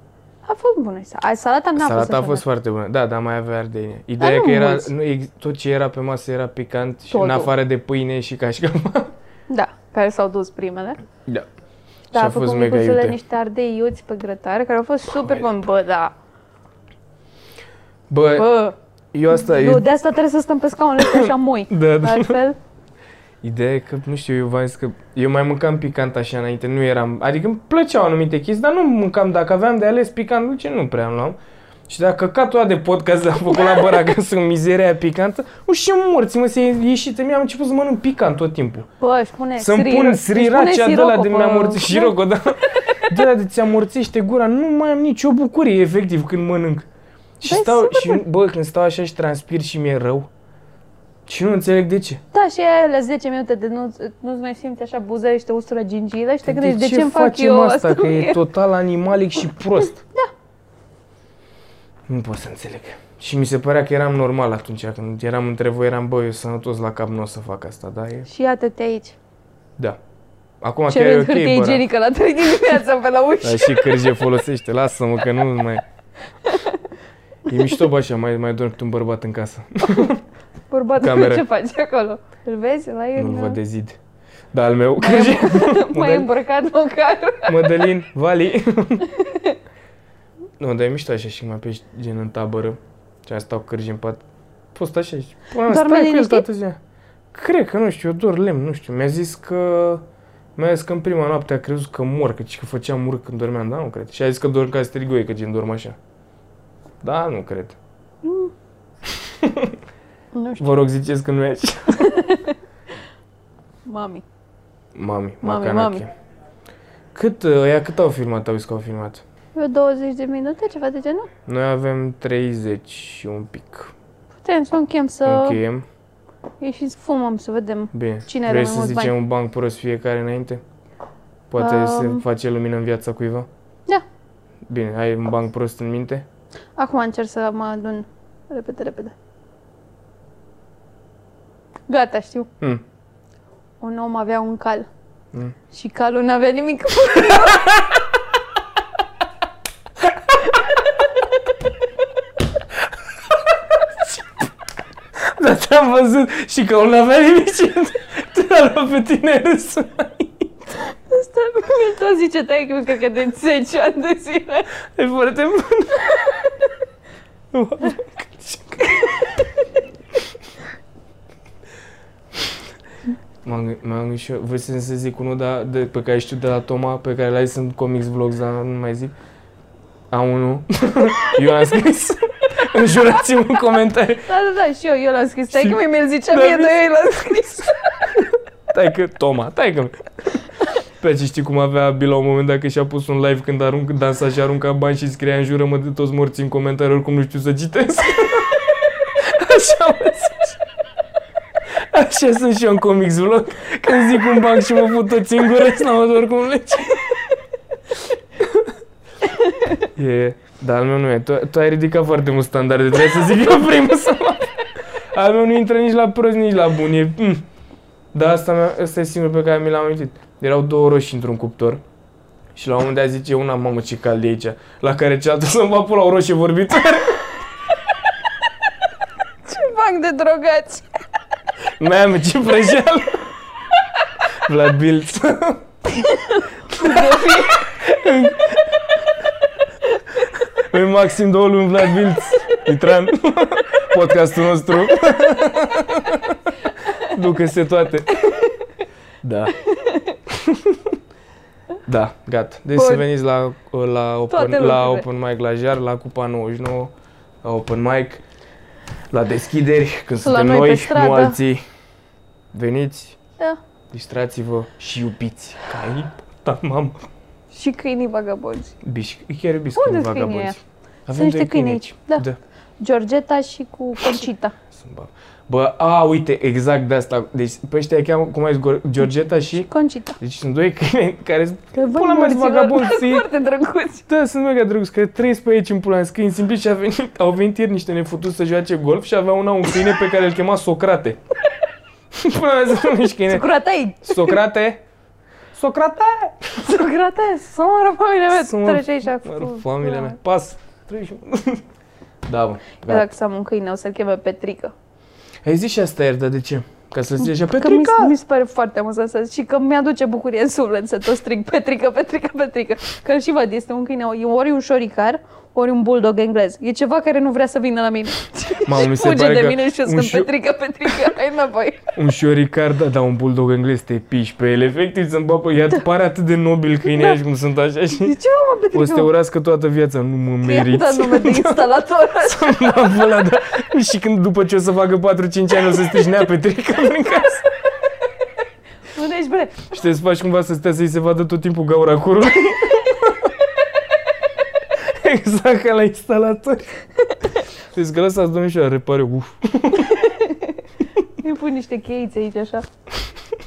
Speaker 6: A fost bună sa- a, Salata n-a fost
Speaker 7: Salata a
Speaker 6: așa
Speaker 7: fost
Speaker 6: de-
Speaker 7: foarte bună. Da, dar mai avea ardei. Ideea e
Speaker 6: nu
Speaker 7: că era,
Speaker 6: mulți.
Speaker 7: nu, ex- tot ce era pe masă era picant și în
Speaker 6: Totul.
Speaker 7: afară de pâine și cașcaval.
Speaker 6: Da, care s-au dus primele.
Speaker 7: Da.
Speaker 6: Da,
Speaker 7: Și
Speaker 6: a,
Speaker 7: a fost
Speaker 6: făcut
Speaker 7: mega
Speaker 6: micuțule
Speaker 7: iute.
Speaker 6: niște ardei iuți pe grătar, care au fost super bun. Bă, da.
Speaker 7: Bă,
Speaker 6: Bă,
Speaker 7: eu asta
Speaker 6: nu,
Speaker 7: e...
Speaker 6: de asta trebuie să stăm pe scaunul ăsta așa moi.
Speaker 7: Da, da.
Speaker 6: Altfel,
Speaker 7: Ideea e că, nu știu, eu v-am zis că eu mai mâncam picant așa înainte, nu eram, adică îmi plăceau anumite chestii, dar nu mâncam, dacă aveam de ales picant dulce, nu prea am luam. Și dacă căcatul ăla de podcast l-am făcut la băra că sunt mizeria aia picantă, uși în morți, mă, se ieșit, mi-am început să mănânc picant tot timpul.
Speaker 6: bă, își pune
Speaker 7: Să-mi
Speaker 6: sriro-
Speaker 7: pun
Speaker 6: își pune
Speaker 7: sriracea de la
Speaker 6: siroco
Speaker 7: de
Speaker 6: pe-
Speaker 7: mi-am morțit și roco, da. De la de ți amorțește gura, nu mai am nicio bucurie, efectiv, când mănânc. Și
Speaker 6: Băi,
Speaker 7: stau,
Speaker 6: Păi, super
Speaker 7: și, bă, când stau așa și transpir și mi-e rău. Și nu înțeleg de ce.
Speaker 6: Da, și aia la 10 minute de nu, nu-ți mai simți așa buzele și te ustură gingile și te gândești de, ce îmi fac
Speaker 7: facem
Speaker 6: eu
Speaker 7: asta? Că e
Speaker 6: mie?
Speaker 7: total animalic și prost. Da. Nu pot să înțeleg. Și mi se părea că eram normal atunci, când eram între voi, eram, bă, eu sănătos la cap, nu o să fac asta, da? E...
Speaker 6: Și iată-te aici.
Speaker 7: Da. Acum chiar e
Speaker 6: Cerând
Speaker 7: ok,
Speaker 6: hârtie
Speaker 7: bă, da.
Speaker 6: igienică la 3 dimineața pe la ușă.
Speaker 7: Dar și cârje folosește, lasă-mă că nu mai... E mișto, bă, așa, mai, mai dorm câte un bărbat în casă.
Speaker 6: Bărbatul,
Speaker 7: Cameră.
Speaker 6: ce faci acolo? Îl vezi? La el
Speaker 7: Nu-l
Speaker 6: uh,
Speaker 7: văd de zid. Dar al meu, cârje,
Speaker 6: mai e îmbrăcat măcar.
Speaker 7: Mădălin, Vali. nu, dar e mișto așa și mai pe gen în tabără. Și am stau cârji în pat. Poți sta așa și... Până
Speaker 6: Doarme
Speaker 7: stai cu el
Speaker 6: liniștit?
Speaker 7: toată ziua. Cred că, nu știu, eu dor lemn, nu știu. Mi-a zis că... Mi-a zis că în prima noapte a crezut că mor, că, că făceam urât când dormeam, dar nu cred. Și a zis că dorm ca strigoi, că gen dorm așa. Da, nu cred.
Speaker 6: Nu știu,
Speaker 7: Vă rog, ziceți că nu e așa.
Speaker 6: mami.
Speaker 7: Mami,
Speaker 6: Mami,
Speaker 7: macanache.
Speaker 6: mami.
Speaker 7: Cât, uh, ăia cât au filmat, auzi că au filmat?
Speaker 6: Vreo 20 de minute, ceva de genul.
Speaker 7: Noi avem 30 și un pic.
Speaker 6: Putem să o închem să
Speaker 7: Încheiem.
Speaker 6: ieșim să fumăm, să vedem.
Speaker 7: Bine.
Speaker 6: Cine are
Speaker 7: Vrei
Speaker 6: mai
Speaker 7: să
Speaker 6: mulți
Speaker 7: zicem
Speaker 6: bani?
Speaker 7: un banc prost fiecare înainte? Poate se
Speaker 6: Um.
Speaker 7: face lumină în viața cuiva?
Speaker 6: Da.
Speaker 7: Bine, ai un banc prost în minte?
Speaker 6: Acum încerc să mă adun repede, repede. Gata, știu.
Speaker 7: Mm.
Speaker 6: Un om avea un cal.
Speaker 7: Mm.
Speaker 6: Și calul n-avea nimic.
Speaker 7: Da, te-am văzut și că nu avea nimic și te-a luat pe tine râsul.
Speaker 6: Asta mi-l tot zice tai că cred că de 10 ani de zile.
Speaker 7: E foarte bun. M-am, gâ- m-am gândit și eu, vă să zic unul da, de, pe care știu de la Toma, pe care l-ai sunt comics vlogs, dar nu mai zic. A unul. eu am scris. Înjurați-mă în comentarii.
Speaker 6: Da, da, da, și eu, eu l-am scris. Tai
Speaker 7: Și-
Speaker 6: că mi-l zicea
Speaker 7: Da,
Speaker 6: mie,
Speaker 7: mi-
Speaker 6: dar eu l-am scris.
Speaker 7: Tai că Toma, tai că pe ce știi cum avea Bill la un moment dat că și-a pus un live când arunc, dansa și arunca bani și scria în jură mă de toți morții în comentarii, oricum nu știu să citesc. Așa mă zice. Așa sunt și eu în comics vlog, când zic un banc și mă fut tot singur, nu am oricum le citesc. E, dar al meu nu e. Tu, tu ai ridicat foarte mult standarde, trebuie să zic eu primul să mă... Al meu nu intră nici la prost, nici la bun, e... Mm. Da, asta, mi-a- asta e singurul pe care mi l-am amintit. Erau două roșii într-un cuptor. Și la un moment dat zice una, mamă ce cald e aici, la care cealaltă să-mi va pula o roșie vorbitoare.
Speaker 6: Banc de drogați.
Speaker 7: Mamă, ce prăjeală! Vlad Bilț. În maxim două luni Vlad Bilț. Mitran, podcastul nostru. Ducă-se toate. Da. Da, gata. Deci
Speaker 6: Bun.
Speaker 7: să veniți la, la,
Speaker 6: Toate
Speaker 7: open, la
Speaker 6: lucrurile.
Speaker 7: open mic la Jar, la Cupa 99, la open mic, la deschideri, când
Speaker 6: La
Speaker 7: suntem
Speaker 6: noi pe
Speaker 7: noi,
Speaker 6: stradă.
Speaker 7: nu alții. Veniți,
Speaker 6: Da.
Speaker 7: distrați-vă și iubiți. Cai, da, mamă.
Speaker 6: Și câinii vagabonzi.
Speaker 7: Bișc, chiar iubesc
Speaker 6: Unde
Speaker 7: câinii
Speaker 6: sunt câinii
Speaker 7: vagabonzi.
Speaker 6: Sunt niște
Speaker 7: doi
Speaker 6: câini aici. Da.
Speaker 7: Da.
Speaker 6: Georgeta și cu Concita.
Speaker 7: Sunt bab. Bă, a, uite, exact de asta. Deci, pe ăștia îi cheamă, cum ai zis, Gor- Georgeta și...
Speaker 6: Concita.
Speaker 7: Deci sunt doi câini care sunt...
Speaker 6: Că
Speaker 7: Pula mea, sunt vagabonzi.
Speaker 6: Foarte drăguț.
Speaker 7: Da, sunt mega drăguți, că trăiesc pe aici în pula mea, sunt câini simpli și a venit, au venit ieri niște nefutuți să joace golf și avea una un câine pe care îl chema Socrate. Până la zi, câine.
Speaker 6: Socratei.
Speaker 7: Socrate! Socrate!
Speaker 6: Socrate, somoră, familia mea.
Speaker 7: Somoră,
Speaker 6: Trece aici.
Speaker 7: Mă
Speaker 6: cu-
Speaker 7: rog, familia
Speaker 6: Da.
Speaker 7: mea. Pas! Treci. Da, bă.
Speaker 6: Eu
Speaker 7: Gata.
Speaker 6: dacă să am un câine, o să-l cheme Petrică.
Speaker 7: Ai zis și asta ieri, dar de ce? Ca să zici așa,
Speaker 6: Că mi,
Speaker 7: Petrica!
Speaker 6: mi se pare foarte amuzant să și că mi-aduce bucurie în suflet să tot strig Petrică, Petrică, Petrică. Că îl și văd, este un câine, e ori un șoricar, ori un bulldog englez. E ceva care nu vrea să vină la mine.
Speaker 7: Mamă, mi se
Speaker 6: Fuge
Speaker 7: pare
Speaker 6: de
Speaker 7: că
Speaker 6: mine și eu
Speaker 7: un
Speaker 6: sunt
Speaker 7: șio-
Speaker 6: Petrică, Petrică, hai înapoi.
Speaker 7: Un șoricar, da, da, un bulldog englez, te piși pe el, efectiv, să-mi papă, ea
Speaker 6: Da.
Speaker 7: pare atât de nobil câinea și cum sunt așa
Speaker 6: De
Speaker 7: și
Speaker 6: ce mă, Petrică?
Speaker 7: o să te urască toată viața, nu mă
Speaker 6: Mi-a
Speaker 7: meriți.
Speaker 6: dat nume de instalator.
Speaker 7: Mă, băla, da. Și când după ce o să facă 4-5 ani o să strâșnea Petrica prin casă
Speaker 6: Unde ești, bre?
Speaker 7: și te faci cumva să stea să-i se vadă tot timpul gaura curului. exact ca la instalatori. Deci că lăsați domnișoara, repare, uf.
Speaker 6: Îi pun niște cheițe aici, așa.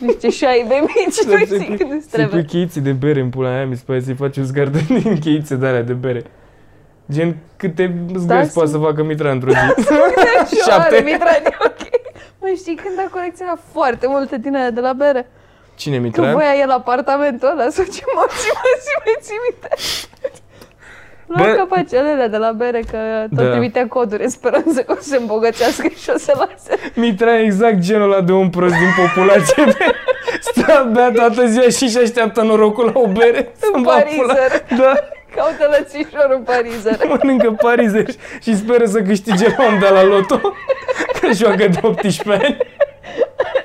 Speaker 6: Niște șaibe mici,
Speaker 7: Să
Speaker 6: nu
Speaker 7: pui-
Speaker 6: știu cât îți
Speaker 7: Să-i pui
Speaker 6: Păi, trebuie.
Speaker 7: cheiții de bere în pula aia, mi se pare să-i faci un zgardă din cheițe de alea de bere. Gen, câte zgârți
Speaker 6: să-
Speaker 7: poate să facă Mitra într-o zi.
Speaker 6: Șapte. Mitra, e ok. Mă știi când a colecționat foarte multe din aia de la bere?
Speaker 7: Cine
Speaker 6: Că
Speaker 7: Mitra?
Speaker 6: voia el apartamentul ăla sau ce mă și mă și mă ții minte.
Speaker 7: Bă-
Speaker 6: Luam capacelele de la bere că tot
Speaker 7: Da.
Speaker 6: trimitea coduri în speranță că o să se îmbogățească și o să lase.
Speaker 7: Mitra e exact genul ăla de om prost din populație. Stă bea toată ziua și își așteaptă norocul la o bere.
Speaker 6: În
Speaker 7: Să-mi va pula.
Speaker 6: parizer.
Speaker 7: Da,
Speaker 6: Caută lățișor în parizer.
Speaker 7: mănâncă parizeri și speră să câștige la om de la loto. Că joacă de 18 ani.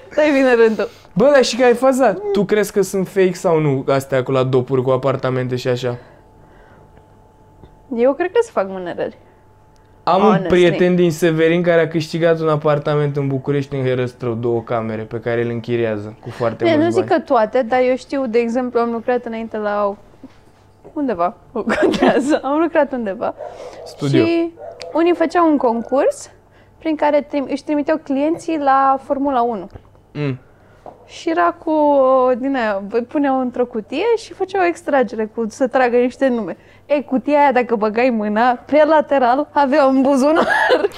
Speaker 6: Stai vine rândul.
Speaker 7: Bă, dar și că ai faza. Tu crezi că sunt fake sau nu astea cu la dopuri, cu apartamente și așa?
Speaker 6: Eu cred că se fac mânerări.
Speaker 7: Am un
Speaker 6: Honestly.
Speaker 7: prieten din Severin care a câștigat un apartament în București, în Herăstrău, două camere pe care îl închiriază cu foarte
Speaker 6: Bine,
Speaker 7: mulți
Speaker 6: nu zic
Speaker 7: bani.
Speaker 6: că toate, dar eu știu, de exemplu, am lucrat înainte la o... undeva, o contează, am lucrat undeva.
Speaker 7: Studio.
Speaker 6: Și unii făceau un concurs prin care trim, își trimiteau clienții la Formula 1.
Speaker 7: Mm.
Speaker 6: Și era cu, o- din aia, bă, puneau într-o cutie și făceau o extragere cu să tragă niște nume. Ei, cutia aia, dacă băgai mâna, pe lateral, avea un buzunar.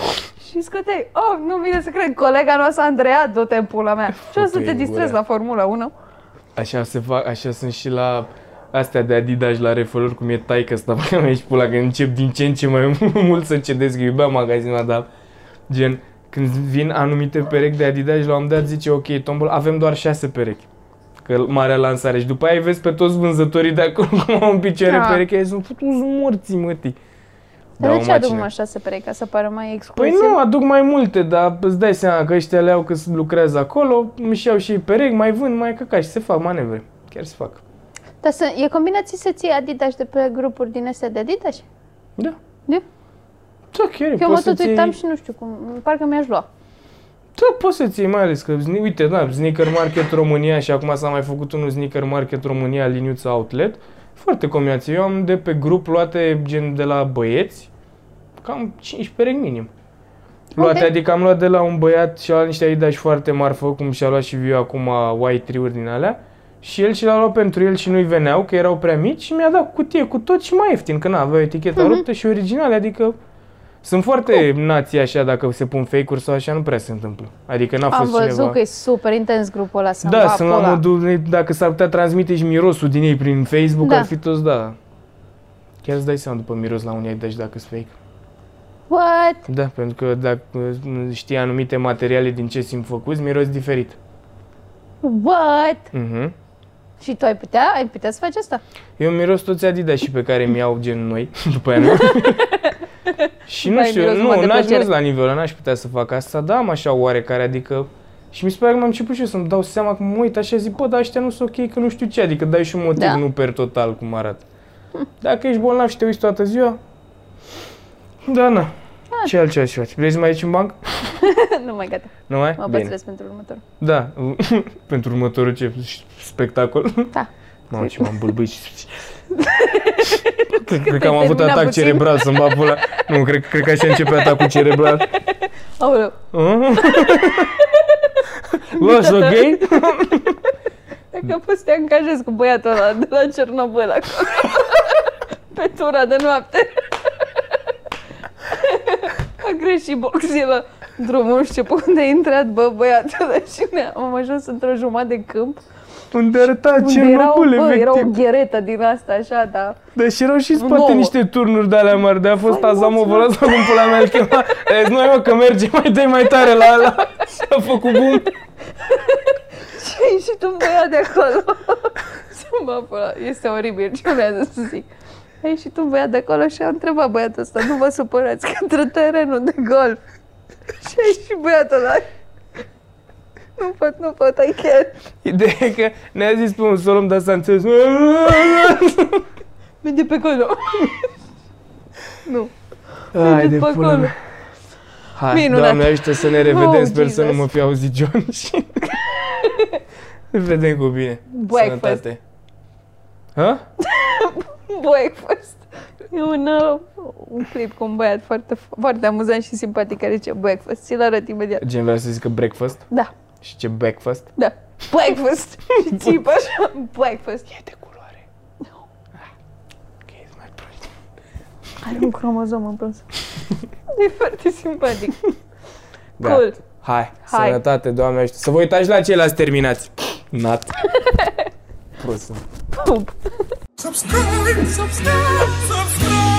Speaker 6: și scoteai, oh, nu vine să cred, colega noastră Andreea, du-te în pula mea. Și o să
Speaker 7: Fute
Speaker 6: te
Speaker 7: în
Speaker 6: distrezi
Speaker 7: gura.
Speaker 6: la Formula 1.
Speaker 7: Așa se fac, așa sunt și la astea de Adidas la refolor, cum e taică ăsta, băga mea și pula, că încep din ce în ce mai mult să cedesc, că iubeam magazinul ăla, dar gen, când vin anumite perechi de Adidas, la un moment dat zice, ok, tombol, avem doar șase perechi. Că marea lansare și după aia îi vezi pe toți vânzătorii de acolo cum au în picioare
Speaker 6: Da.
Speaker 7: pereche, aia sunt putuți morții, Păi mătii.
Speaker 6: Dar
Speaker 7: Dau
Speaker 6: de ce aduc
Speaker 7: Da, macină.
Speaker 6: mă așa să pare ca să pară mai
Speaker 7: Păi
Speaker 6: exclusiv?
Speaker 7: nu, aduc mai multe, dar îți dai seama că ăștia le au că lucrează acolo, își iau și ei perechi, mai vând, mai căca și se fac manevre. Chiar se fac.
Speaker 6: Dar să, e combinații să ții Adidas de pe grupuri din astea de Adidas?
Speaker 7: Da.
Speaker 6: Da?
Speaker 7: Da, chiar e.
Speaker 6: Eu mă
Speaker 7: poți
Speaker 6: tot
Speaker 7: să-ți
Speaker 6: uitam
Speaker 7: iei-
Speaker 6: și nu știu cum, parcă mi-aș lua.
Speaker 7: Da, poți să-ți iei, mai ales că, zni- uite, da, Sneaker Market România și acum s-a mai făcut unul Sneaker Market România, liniuța Outlet. Foarte combinație. Eu am de pe grup luate gen de la băieți, cam 5 perechi minim. Luate,
Speaker 6: Ok.
Speaker 7: adică am luat de la un băiat și a luat niște Adidas foarte marfă, cum și-a luat și Viu acum white tree-uri din alea. Și el și l-a luat pentru el și nu-i veneau, că erau prea mici și mi-a dat cutie cu tot și mai ieftin, că n-avea eticheta
Speaker 6: Mhm.
Speaker 7: mm-hmm. ruptă și originale, adică sunt foarte nații așa, dacă se pun fake-uri sau așa, nu prea se întâmplă. Adică n-a
Speaker 6: Am
Speaker 7: fost
Speaker 6: văzut
Speaker 7: cineva...
Speaker 6: că e super intens grupul ăla. să-mi
Speaker 7: Da,
Speaker 6: va
Speaker 7: sunt la
Speaker 6: pula.
Speaker 7: modul, dacă s-ar putea transmite și mirosul din ei prin Facebook,
Speaker 6: Da.
Speaker 7: ar fi toți, da. Chiar îți dai seama după miros la unii deci dacă sunt fake.
Speaker 6: What?
Speaker 7: Da, pentru că dacă știi anumite materiale din ce sunt făcuți, miros diferit.
Speaker 6: What?
Speaker 7: Mhm.
Speaker 6: Și tu ai putea, ai putea să faci asta?
Speaker 7: Eu miros toți Adidas și pe care mi-au gen noi, după aia nu. și nu
Speaker 6: Vai,
Speaker 7: știu,
Speaker 6: miros numai
Speaker 7: nu,
Speaker 6: de
Speaker 7: n-aș
Speaker 6: plăcere.
Speaker 7: mers la nivelul, ăla, n-aș putea să fac asta, dar am așa oarecare, adică... Și mi se pare că m-am început și eu să-mi dau seama că mă uit așa, zic, bă, dar ăștia nu sunt ok, că nu știu ce, adică dai și un motiv,
Speaker 6: Da. Hm.
Speaker 7: nu per total cum arată. Dacă ești bolnav și te uiți toată ziua, da, na.
Speaker 6: Ah.
Speaker 7: Ce altceva să faci? Vrei să mai ieși în banc?
Speaker 6: nu mai gata,
Speaker 7: Nu mai?
Speaker 6: mă păstrez pentru următorul.
Speaker 7: Da, pentru următorul ce spectacol.
Speaker 6: Da.
Speaker 7: Mamă, ce m-am bâlbâit și... cred, cred că am
Speaker 6: ai
Speaker 7: avut
Speaker 6: terminat
Speaker 7: atac
Speaker 6: Păi puțin?
Speaker 7: cerebral să-mi bat pula. Nu, cred, cred că așa începe atacul cerebral.
Speaker 6: Aoleu,
Speaker 7: Los,
Speaker 6: Da,
Speaker 7: ok?
Speaker 6: dacă poți să te angajezi cu băiatul ăla de la Cernobâl acolo. Pe tura de noapte. A greșit boxilă. Drumul nu știu pe unde a intrat, bă, băiatule, și ne am ajuns într-o jumătate de câmp.
Speaker 7: Unde arăta
Speaker 6: Unde era, o,
Speaker 7: Cernobâl,
Speaker 6: bă, era o
Speaker 7: efectiv.
Speaker 6: gheretă din asta, așa, da.
Speaker 7: Dar și Deci erau și în spate
Speaker 6: Nouă.
Speaker 7: niște turnuri de alea mari. De a fost
Speaker 6: Vai,
Speaker 7: Azamovul ăla sau cum pula mea îl chema. E, noi, mă, că merge, mai dai mai tare la ăla. S-a făcut bun.
Speaker 6: Și a ieșit un băiat de acolo. Să mă pula, este oribil ce vreau să zic. A ieșit un băiat de acolo și a întrebat băiatul ăsta, nu vă supărați că intră terenul de golf. Și a ieșit băiatul ăla. Nu pot, nu pot, I can't.
Speaker 7: Ideea e că ne-a zis pe un solom, dar s-a înțeles.
Speaker 6: Merge pe acolo. nu.
Speaker 7: Hai
Speaker 6: Mergeți pe acolo.
Speaker 7: Hai,
Speaker 6: Minunat.
Speaker 7: Doamne ajută să ne revedem,
Speaker 6: Oh,
Speaker 7: sper să nu
Speaker 6: Jesus.
Speaker 7: mă fi auzit John și... ne vedem cu bine.
Speaker 6: Breakfast.
Speaker 7: Sănătate. Ha?
Speaker 6: Breakfast. E un, uh, un clip cu un băiat foarte, foarte amuzant și simpatic care zice breakfast. Ți-l arăt imediat.
Speaker 7: Gen vreau să zic că breakfast
Speaker 6: Da,
Speaker 7: și ce breakfast.
Speaker 6: da. Breakfast. și țipă așa. Breakfast.
Speaker 7: E de culoare. Ah, ok, ești mai prost.
Speaker 6: Are un cromozom în plus. um E foarte simpatic.
Speaker 7: Da.
Speaker 6: Cool.
Speaker 7: Hai,
Speaker 6: Hai.
Speaker 7: sănătate, Doamne ajută. Să vă uitați la ceilalți terminați. Nat. Prost. sunt.
Speaker 6: Pup.
Speaker 8: Subscribe, subscribe, subscribe.